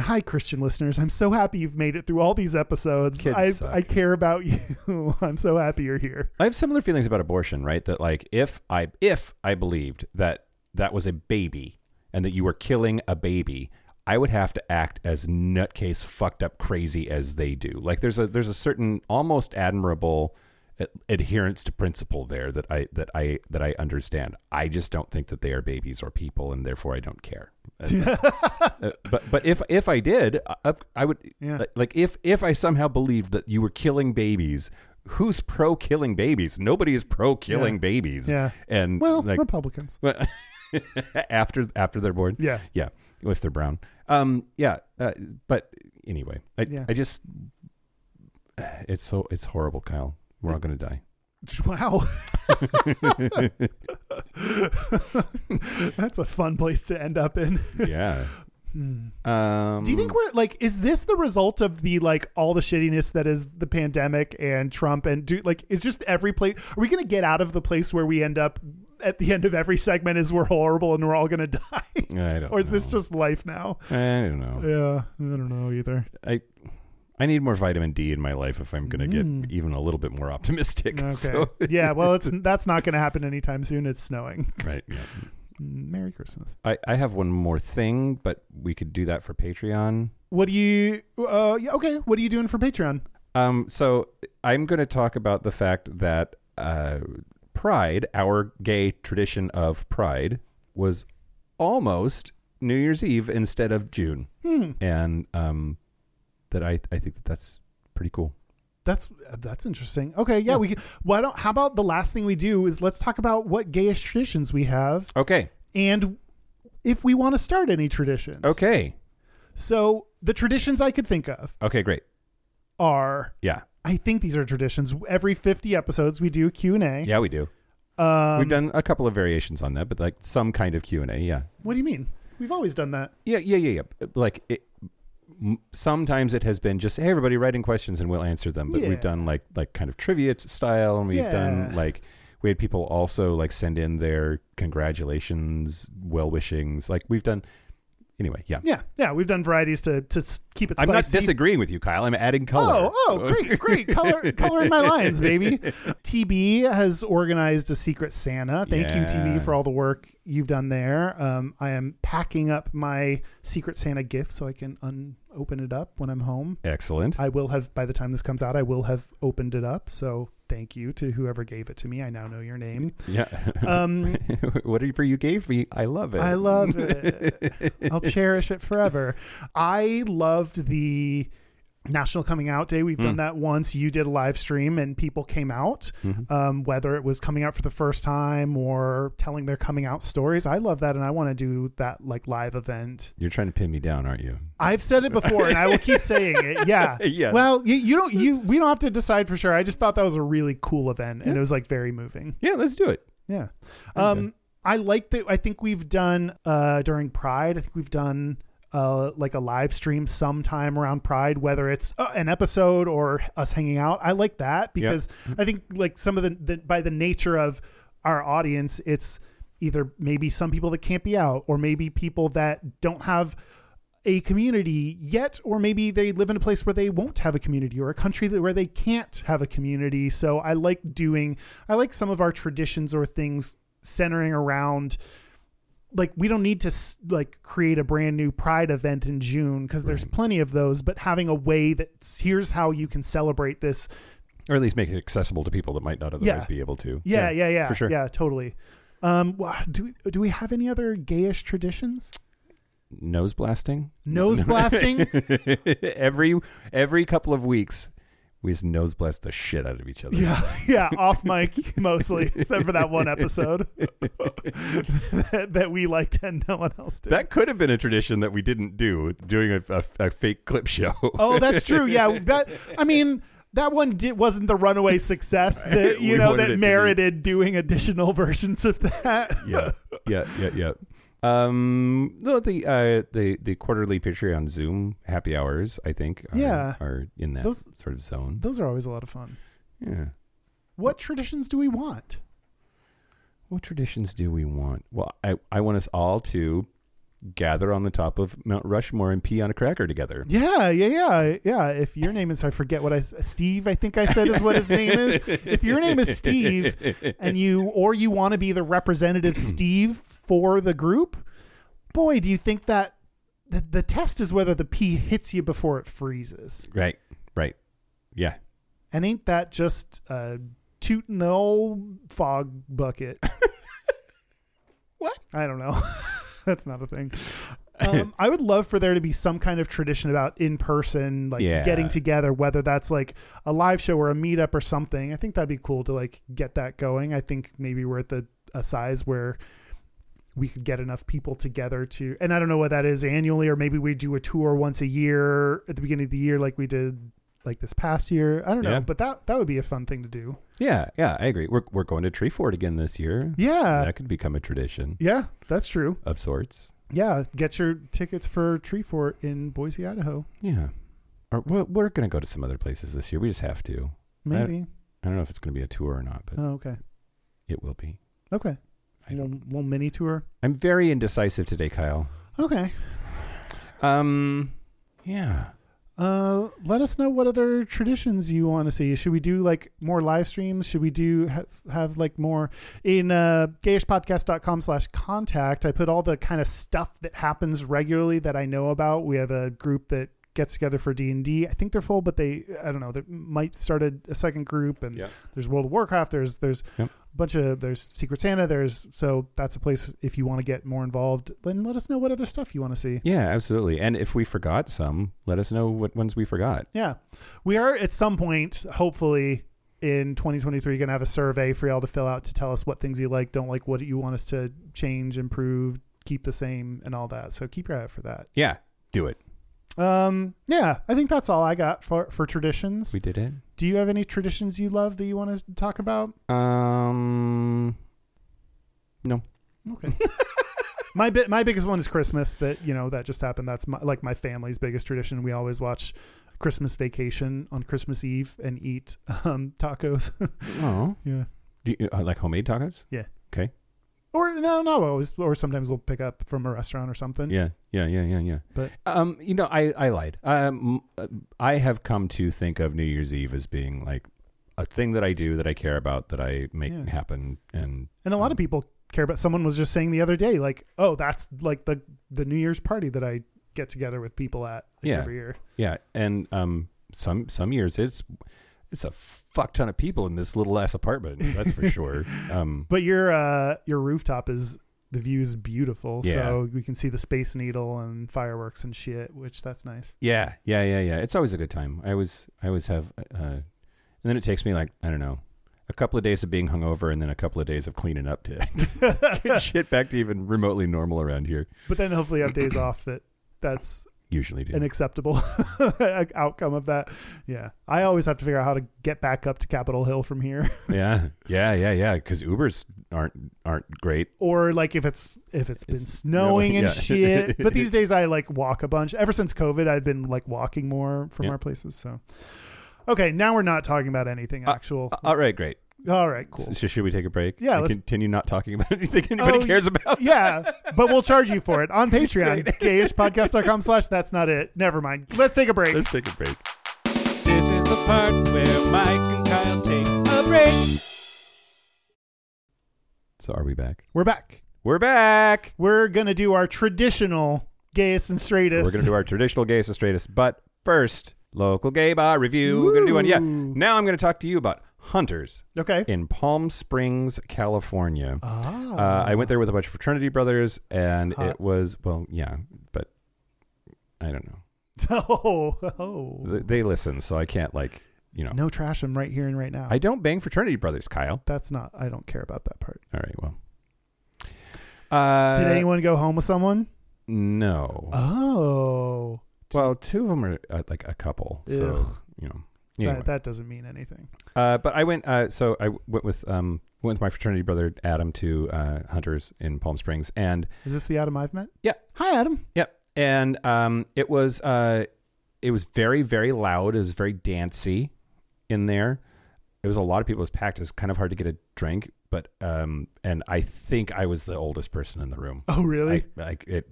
B: Hi, Christian listeners. I'm so happy you've made it through all these episodes.
A: Kids
B: I
A: suck.
B: I care about you. I'm so happy you're here.
A: I have similar feelings about abortion, right? That like if I if I believed that that was a baby and that you were killing a baby, I would have to act as nutcase fucked up crazy as they do. Like there's a there's a certain almost admirable a- adherence to principle there that I that I that I understand. I just don't think that they are babies or people and therefore I don't care. Uh, but but if if I did, I, I would
B: Yeah.
A: like, like if if I somehow believed that you were killing babies, who's pro killing babies? Nobody is pro killing
B: Yeah.
A: babies.
B: Yeah.
A: And
B: Well,
A: like
B: Republicans.
A: after after they're born.
B: Yeah.
A: Yeah. If they're brown. Um. Yeah. Uh, but anyway, I
B: Yeah.
A: I just it's so it's horrible, Kyle. We're all gonna die.
B: Wow. That's a fun place to end up in. Hmm.
A: Yeah. Um.
B: Do you think we're like is this the result of the like all the shittiness that is the pandemic and Trump and do like is just every place are we going to get out of the place where we end up at the end of every segment is we're horrible and we're all going to die?
A: I don't
B: or is this
A: know.
B: just life now?
A: I don't know.
B: Yeah, I don't know either.
A: I I need more vitamin D in my life if I'm going to
B: Mm.
A: get even a little bit more optimistic.
B: Okay.
A: So,
B: yeah, well, it's that's not going to happen anytime soon. It's snowing.
A: right. Yeah.
B: Merry Christmas.
A: I, I have one more thing, but we could do that for Patreon.
B: What do you uh yeah, okay, what are you doing for Patreon?
A: Um, so I'm going to talk about the fact that uh, Pride, our gay tradition of Pride, was almost New Year's Eve instead of June,
B: Hmm.
A: and um, that I I think that that's pretty cool.
B: That's that's interesting. Okay, yeah, we we can- why don't how about the last thing we do is let's talk about what gayish traditions we have
A: Okay.
B: and if we want to start any traditions.
A: Okay.
B: So the traditions I could think of
A: Okay. Great.
B: are
A: Yeah.
B: I think these are traditions. Every 50 episodes, we do Q and A. Um,
A: Yeah, we do. We've done a couple of variations on that, but like some kind of Q and A. Yeah,
B: What do you mean? We've always done that.
A: yeah, yeah, yeah, yeah. Like it, m- sometimes it has been just hey, everybody write in questions and we'll answer them. But
B: Yeah.
A: we've done like like kind of trivia t- style, and we've done
B: Yeah.
A: like we had people also like send in their congratulations, well wishings. Like we've done anyway. Yeah,
B: Yeah, yeah, we've done varieties to to s- keep it.
A: I'm not
B: spicy.
A: disagreeing with you, Kyle. I'm adding color.
B: Oh, oh, great, great. Color, color in my lines, baby. TB has organized a secret Santa. Thank you,
A: Yeah.
B: TB, for all the work you've done there. Um, I am packing up my secret Santa gift so I can un- open it up when I'm home.
A: Excellent.
B: I will have, by the time this comes out, I will have opened it up. So thank you to whoever gave it to me. I now know your name.
A: Yeah.
B: Um,
A: Whatever you gave me, I love it.
B: I love it. I'll cherish it forever. I loved the National Coming Out Day. We've done that once. You did a live stream and people came out,
A: Mm-hmm.
B: um, whether it was coming out for the first time or telling their coming out stories. I love that. And I want to do that like live event.
A: You're trying to pin me down, aren't you?
B: I've said it before and I will keep saying it. Yeah.
A: Yeah.
B: Well, you, you don't, you, we don't have to decide for sure. I just thought that was a really cool event and it was like very moving.
A: Yeah, let's do it.
B: Yeah. Um, I like that. I think we've done uh, during Pride. I think we've done uh, like a live stream sometime around Pride, whether it's uh, an episode or us hanging out. I like that because I think like some of the, the by the nature of our audience, it's either maybe some people that can't be out or maybe people that don't have a community yet, or maybe they live in a place where they won't have a community or a country that, where they can't have a community. So I like doing, I like some of our traditions or things centering around like we don't need to s- like create a brand new pride event in June because there's plenty of those but having a way that here's how you can celebrate this
A: Or at least make it accessible to people that might not otherwise
B: Yeah.
A: be able to.
B: yeah yeah yeah yeah,
A: for sure.
B: totally um wha- do we, do we have any other gayish traditions
A: Nose blasting.
B: nose blasting
A: every every couple of weeks, we just nose blast the shit out of each other.
B: Yeah, yeah, off mic mostly, except for that one episode that, that we liked and no one else did.
A: That could have been a tradition that we didn't do doing a, a, a fake clip show.
B: oh, that's true. Yeah, that I mean that one did, wasn't the runaway success that you
A: We
B: know
A: wanted it
B: that
A: to be.
B: merited doing additional versions of that.
A: yeah, yeah, yeah, yeah. Um, no, the uh, the the quarterly Patreon Zoom happy hours, I think, are,
B: Yeah.
A: are in that
B: Those-
A: sort of zone.
B: Those are always a lot of fun.
A: yeah.
B: What traditions do we want?
A: What traditions do we want? Well, I, I want us all to gather on the top of Mount Rushmore and pee on a cracker together.
B: Yeah, yeah, yeah, yeah. If your name is, I forget what I s- Steve. I think I said is what his name is. If your name is Steve, and you or you want to be the representative Steve for the group, boy, do you think that the, the test is whether the pee hits you before it freezes?
A: Right, right. Yeah.
B: And ain't that just uh, tooting the old fog bucket?
A: What?
B: I don't know. That's not a thing. Um, I would love for there to be some kind of tradition about in person, like
A: Yeah.
B: getting together, whether that's like a live show or a meetup or something. I think that'd be cool to like get that going. I think maybe we're at the a size where we could get enough people together to, and I don't know what that is annually, or maybe we do a tour once a year at the beginning of the year, like we did like this past year. I don't know,
A: Yeah.
B: but that that would be a fun thing to do.
A: Yeah, yeah, I agree. We're, we're going to Tree Fort again this year.
B: Yeah,
A: that could become a tradition
B: yeah, that's true.
A: of sorts.
B: Yeah, get your tickets for Tree Fort in Boise, Idaho.
A: Yeah. Or we're, we're going to go to some other places this year. We just have to.
B: Maybe.
A: I don't know if it's going to be a tour or not, but
B: Oh, okay.
A: it will be.
B: Okay.
A: I don't.
B: Little, little mini tour.
A: I'm very indecisive today, Kyle.
B: Okay.
A: Um, yeah.
B: Uh, let us know what other traditions you want to see. Should we do like more live streams? Should we do have, have like more in uh, gayishpodcast.com slash contact? I put all the kind of stuff that happens regularly that I know about. We have a group that gets together for D and I think they're full, but they, I don't know, they might start a, a second group and
A: Yeah.
B: there's World of Warcraft. There's, there's
A: Yep.
B: a bunch of, there's Secret Santa. There's, so that's a place if you want to get more involved, then let us know what other stuff you want to see.
A: Yeah, absolutely. And if we forgot some, let us know what ones we forgot.
B: Yeah. We are at some point, hopefully in 2023, going to have a survey for y'all to fill out to tell us what things you like, don't like, what you want us to change, improve, keep the same, and all that. So keep your eye out for that.
A: Yeah, do it.
B: Um, yeah, I think that's all I got for, for traditions.
A: We did it.
B: Do you have any traditions you love that you want to talk about?
A: Um, no.
B: Okay. my bit, my biggest one is Christmas. That you know that just happened. That's my, like my family's biggest tradition. We always watch Christmas Vacation on Christmas Eve and eat um, tacos.
A: Oh,
B: yeah.
A: do you, uh, like homemade tacos?
B: Yeah.
A: Okay.
B: Or no, no, always. Or sometimes we'll pick up from a restaurant or something.
A: Yeah, yeah, yeah, yeah, yeah.
B: But-
A: um, you know, I I lied. Um, I have come to think of New Year's Eve as being like a thing that I do that I care about that I make
B: Yeah.
A: happen, and
B: And a lot of
A: Mm-hmm.
B: people care about. Someone was just saying the other day, like, oh, that's like the the New Year's party that I get together with people at like,
A: Yeah.
B: every year.
A: yeah, and um, some some years it's it's a fuck ton of people in this little ass apartment. That's for sure. Um,
B: But your uh your rooftop is the view is beautiful,
A: Yeah.
B: so we can see the Space Needle and fireworks and shit, which that's nice.
A: Yeah, yeah, yeah, yeah. It's always a good time. I always, I always have. Uh, and then it takes me like I don't know, a couple of days of being hungover, and then a couple of days of cleaning up to get shit back to even remotely normal around here.
B: But then hopefully you have days off that that's
A: Usually do.
B: an acceptable outcome of that. Yeah, I always have to figure out how to get back up to Capitol Hill from here,
A: yeah, yeah, yeah, yeah. Because Ubers aren't aren't great.
B: or like if it's if it's been
A: It's
B: snowing
A: snowing,
B: and
A: yeah.
B: shit. But these days I like walk a bunch. Ever since COVID, I've been like walking more from
A: Yeah.
B: our places. So. Okay, now we're not talking about anything
A: Uh,
B: actual.
A: All right, great.
B: All right, cool.
A: So should we take a break?
B: Yeah,
A: And
B: let's-
A: continue not talking about anything anybody
B: Oh,
A: cares about.
B: yeah but we'll charge you for it on patreon gayishpodcast.com slash that's not it never mind let's take a break
A: Let's take a break.
C: This is the part where Mike and Kyle take a break.
A: So are we back?
B: we're back
A: We're back.
B: we're gonna do our traditional gayest and straightest
A: We're going to do our traditional gays and straightest, but first, local gay bar review. We're going to do one. Yeah.
B: Ooh.
A: Now I'm going to talk to you about hunters
B: okay
A: in Palm Springs, California.
B: ah,
A: Uh, I went there with a bunch of fraternity brothers, and
B: Hot.
A: it was, well, yeah, but I don't know.
B: oh, oh.
A: Th- They listen, so I can't, like, you know.
B: no trash i'm right here and right now
A: I don't bang fraternity brothers, Kyle.
B: that's not i don't care about that part
A: All right, well. Uh,
B: did anyone Uh, go home with someone
A: No.
B: oh
A: well, two of them are uh, like a couple, so,
B: Ugh.
A: you know. Anyway.
B: that, that doesn't mean anything
A: Uh, but I went. Uh, so I w- went with um, went with my fraternity brother Adam to uh, Hunters in Palm Springs, and
B: is this the adam i've met
A: Yeah.
B: hi adam
A: yep, and um, it was uh, it was very very loud. It was very dancey in there. It was a lot of people. It was packed. It was kind of hard to get a drink, but um, and I think I was the oldest person in the room.
B: oh really
A: I, like it,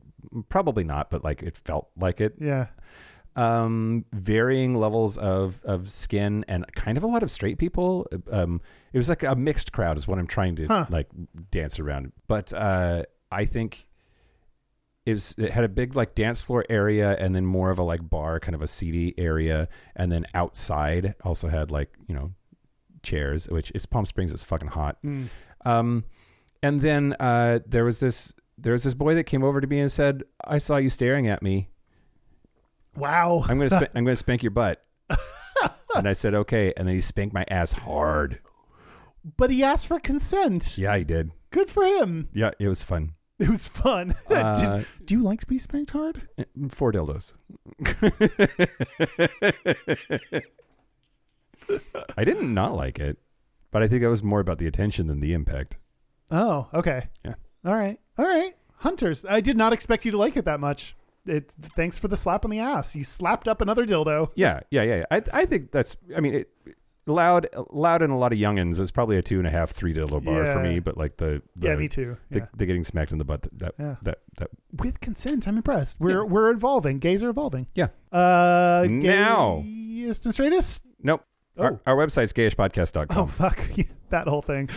A: probably not, but like it felt like it.
B: yeah
A: um, varying levels of, of skin and kind of a lot of straight people. Um, it was like a mixed crowd is what I'm trying to
B: Huh.
A: like dance around. But uh, I think it was it had a big like dance floor area and then more of a like bar kind of a seedy area and then outside also had like you know chairs which it's Palm Springs it's fucking hot.
B: Mm.
A: Um, and then uh, there was this there was this boy that came over to me and said I saw you staring at me.
B: wow
A: I'm gonna sp- I'm gonna spank your butt. and I said okay, and then he spanked my ass hard.
B: but he asked for consent
A: Yeah, he did.
B: good for him
A: Yeah, it was fun.
B: It was fun.
A: Uh,
B: Did, do you like to be spanked hard?
A: Four dildos. I didn't not like it, but I think that was more about the attention than the impact.
B: Oh, okay.
A: Yeah.
B: All right. All right. Hunters, I did not expect you to like it that much. It, thanks for the slap on the ass. You slapped up another dildo.
A: Yeah, yeah, yeah. yeah. I I think that's. I mean, it, loud, loud, and a lot of youngins is probably a two and a half, three dildo bar for
B: Yeah.
A: me. But like the, the
B: yeah, me too.
A: The,
B: yeah.
A: the getting smacked in the butt that that
B: Yeah.
A: that, that
B: With consent, I'm impressed. We're we're evolving. Gays are evolving.
A: yeah.
B: Uh,
A: Now.
B: gayest and straightest.
A: Nope. Our, our website's gayishpodcast.com.
B: Oh fuck that whole thing.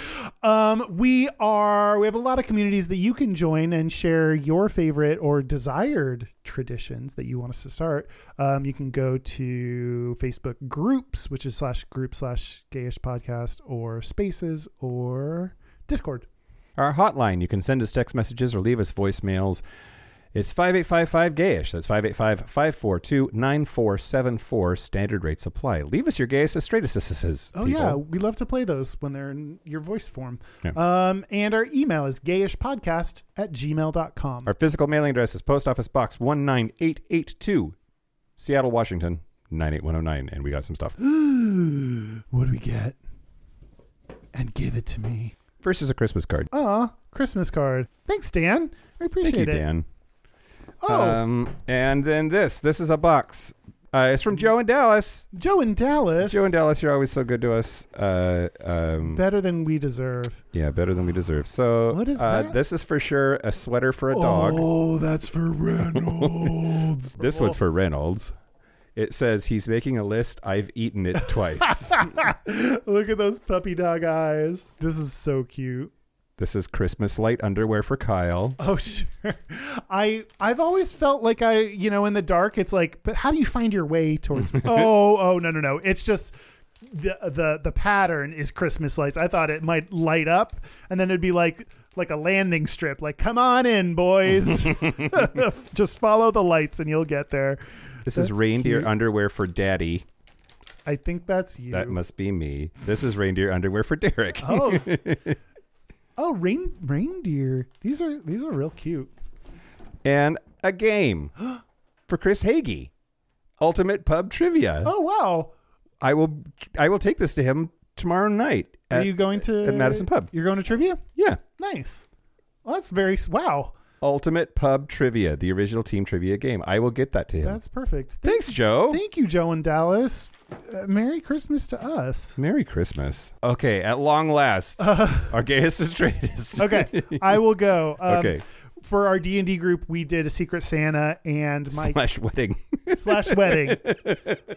B: Um, we are we have a lot of communities that you can join and share your favorite or desired traditions that you want us to start. Um, you can go to Facebook groups, which is slash group slash gayish podcast, or Spaces or Discord.
A: Our hotline, you can send us text messages or leave us voicemails. It's 5855 gayish. That's 585 542 9474. Standard rates apply. Leave us your gayest and straightest assesses.
B: Oh yeah, we love to play those when they're in your voice form.
A: Yeah.
B: Um, and our email is gayishpodcast at gmail.com.
A: Our physical mailing address is Post Office Box 19882, Seattle, Washington 98109, and we got some stuff.
B: What do we get? And give it to me.
A: First is a Christmas card.
B: Aw, Christmas card. Thanks, Dan. I appreciate
A: Thank you,
B: it.
A: Dan.
B: Oh,
A: Um, and then this. This is a box. Uh, it's from Joe in Dallas.
B: Joe in Dallas.
A: Joe in Dallas, you're always so good to us. Uh, um,
B: Better than we deserve.
A: yeah, better than we deserve. So
B: What is
A: uh,
B: that?
A: this is for sure a sweater for a dog.
B: Oh, that's for Reynolds.
A: This one's for Reynolds. It says he's making a list. I've eaten it twice.
B: Look at those puppy dog eyes. This is so cute.
A: this is Christmas light underwear for Kyle.
B: Oh sure. I I've always felt like I, you know, in the dark it's like, but how do you find your way towards Oh, oh no no no. It's just the the the pattern is Christmas lights. I thought it might light up and then it'd be like like a landing strip, like come on in, boys. just follow the lights and you'll get there.
A: This is
B: That's
A: reindeer
B: cute.
A: underwear for Daddy.
B: I think that's you.
A: That must be me. This is reindeer underwear for Derek.
B: oh. oh, rain reindeer. These are these are real cute.
A: and a game for Chris Hagee. Ultimate pub trivia.
B: Oh wow.
A: I will I will take this to him tomorrow night.
B: Are
A: at-
B: you going to
A: at Madison Pub?
B: You're going to trivia?
A: Yeah.
B: Nice. Well, that's very wow.
A: Ultimate pub trivia, the original team trivia game. I will get that to him.
B: That's perfect. Thank,
A: Thanks, Joe.
B: thank you, Joe and Dallas. Uh, Merry Christmas to us.
A: Merry Christmas. Uh, Okay, at long last, our gayest and straightest.
B: Okay, I will go. Um,
A: Okay.
B: For our D and D group, we did a Secret Santa and my
A: Slash wedding.
B: slash wedding,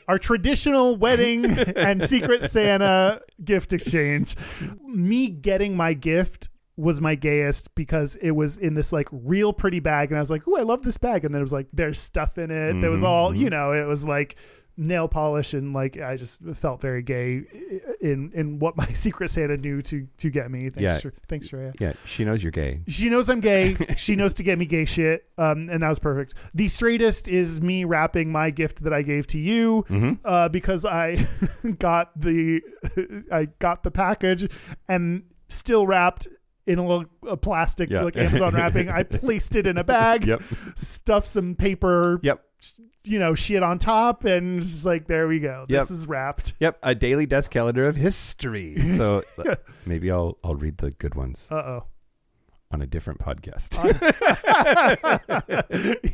B: our traditional wedding and Secret Santa gift exchange. Me getting my gift was my gayest because it was in this like real pretty bag, and I was like, "Ooh, I love this bag!" And then it was like, "There's stuff in it." There was all you know. It was like nail polish and like I just felt very gay in in what my Secret Santa knew to to get me. Thanks,
A: Yeah.
B: Shre- thanks, Shreya
A: yeah, she knows you're gay.
B: she knows I'm gay. she knows to get me gay shit. Um, and that was perfect. The straightest is me wrapping my gift that I gave to you
A: Mm-hmm.
B: uh, because I got the I got the package and still wrapped in a little a plastic
A: Yeah.
B: like Amazon wrapping. I placed it in a bag,
A: Yep.
B: stuffed some paper,
A: Yep.
B: you know, shit on top, and just like there we go.
A: Yep.
B: This is wrapped.
A: Yep. A daily desk calendar of history. So maybe I'll I'll read the good ones
B: Uh oh.
A: on a different podcast.
B: yeah,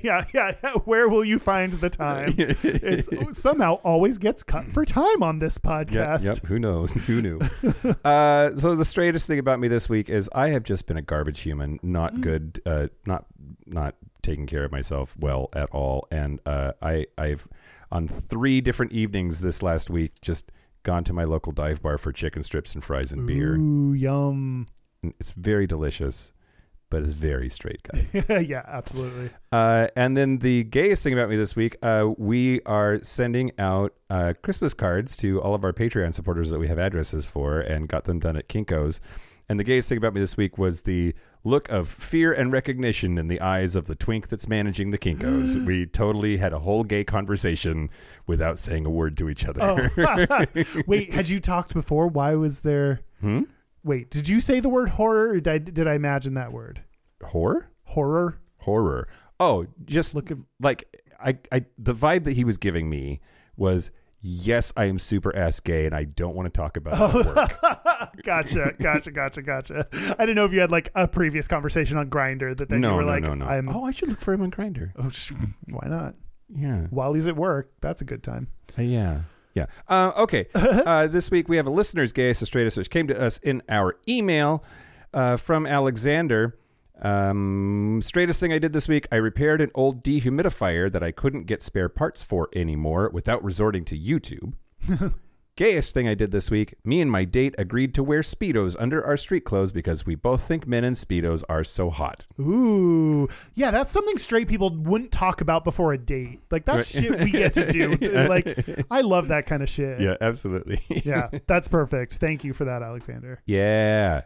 B: yeah, yeah. Where will you find the time? It's somehow always gets cut for time on this
A: Yeah,
B: podcast.
A: Mm. yep. Who knows? Who knew? uh, so the straightest thing about me this week is I have just been a garbage human, not good, uh, not not taking care of myself well at all, and uh, I I've on three different evenings this last week just gone to my local dive bar for chicken strips and fries and beer.
B: Ooh, yum.
A: And It's very delicious, but it's very straight guy.
B: yeah, absolutely.
A: Uh, and then the gayest thing about me this week, uh, we are sending out uh, Christmas cards to all of our Patreon supporters that we have addresses for and got them done at Kinko's. And the gayest thing about me this week was the look of fear and recognition in the eyes of the twink that's managing the Kinko's. we totally had a whole gay conversation without saying a word to each other.
B: Oh, Wait, had you talked before? Why was there?
A: Hmm?
B: Wait, did you say the word horror? Or did I, did I imagine that word?
A: Horror?
B: Horror.
A: horror. Oh, just
B: Look
A: look
B: at-
A: at like I, I the vibe that he was giving me was yes, I am super ass gay and I don't want to talk about it at work.
B: Gotcha, gotcha, gotcha, gotcha. I didn't know if you had like a previous conversation on Grinder that then you
A: no,
B: were
A: no,
B: like,
A: no, no.
B: I'm.
A: Oh, I should look for him on Grinder.
B: Oh, sh- why not?
A: Yeah,
B: While he's at work, that's a good time.
A: Uh, yeah. Yeah. Uh, okay. uh, this week we have a listener's gayest and straightest, which came to us in our email uh, from Alexander. Um, straightest thing I did this week, I repaired an old dehumidifier that I couldn't get spare parts for anymore without resorting to YouTube. Gayest thing I did this week, me and my date agreed to wear Speedos under our street clothes because we both think men in Speedos are so hot.
B: Ooh, yeah, that's something straight people wouldn't talk about before a date. Like that's shit we get to do. Like I love that kind of shit.
A: absolutely.
B: Yeah, that's perfect. Thank you for that, Alexander.
A: yeah.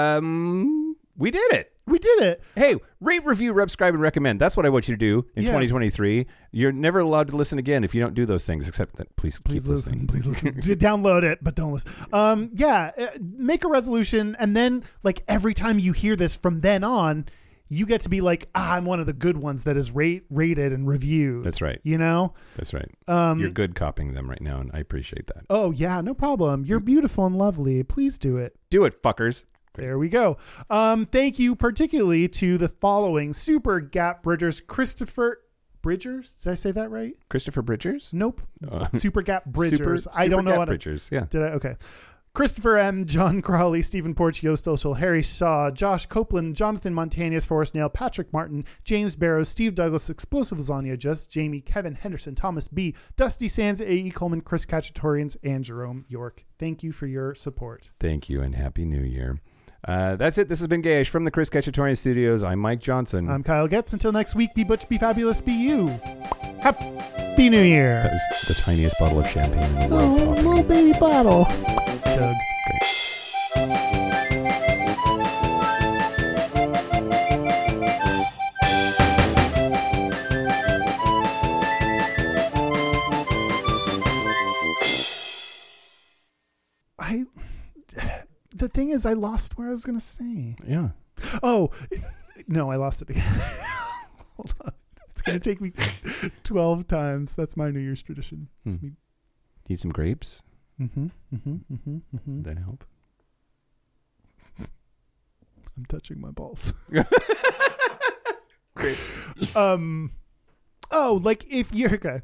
A: Um, we did it.
B: We did it.
A: Hey, rate, review, subscribe, and recommend. That's what I want you to do in
B: Yeah.
A: 2023. You're never allowed to listen again if you don't do those things, except that please,
B: Please
A: keep listening.
B: listen. Please listen. D- Download it, but don't listen. Um, yeah, uh, make a resolution, and then like every time you hear this from then on, you get to be like, ah, I'm one of the good ones that is rate rated and reviewed.
A: That's right.
B: You know?
A: That's right. Um, You're good copying them right now, and I appreciate that.
B: Oh yeah, no problem.
A: Mm.
B: You're beautiful and lovely. Please do it.
A: Do it, fuckers.
B: There we go. Um, thank you particularly to the following Super Gap Bridgers, Christopher Bridgers. Did I say that right?
A: Christopher Bridgers?
B: Nope.
A: Uh,
B: Super Gap
A: Super-
B: Bridgers. I
A: Super
B: don't know
A: Gap
B: what. I-
A: Bridgers, yeah.
B: Did I? Okay. Christopher M., John Crawley, Stephen Porch, Yost Oshel, Harry Shaw, Josh Copeland, Jonathan Montanus, Forrest Nail, Patrick Martin, James Barrows, Steve Douglas, Explosive Lasagna, Just Jamie, Kevin Henderson, Thomas B., Dusty Sands, A.E. Coleman, Chris Kachatorians, and Jerome York. Thank you for your support.
A: Thank you, and Happy New Year. Uh, that's it. This has been Gayish from the Chris Cacciatorian Studios. I'm Mike Johnson.
B: Mm-hmm. I'm Kyle Getz. Until next week, be Butch, be fabulous, be you. Happy New Year.
A: that was the tiniest bottle of champagne in the world.
B: Oh,
A: popping.
B: little baby bottle. Chug. I. The thing is, I lost where I was gonna say.
A: Yeah.
B: Oh, no, I lost it again. Hold on, it's gonna take me twelve times. That's my New Year's tradition. It's
A: Hmm.
B: me
A: Need some grapes?
B: Mm-hmm. Mm-hmm. Mm-hmm. Mm-hmm.
A: Would That help.
B: I'm touching my balls. um. Oh, like if you're okay,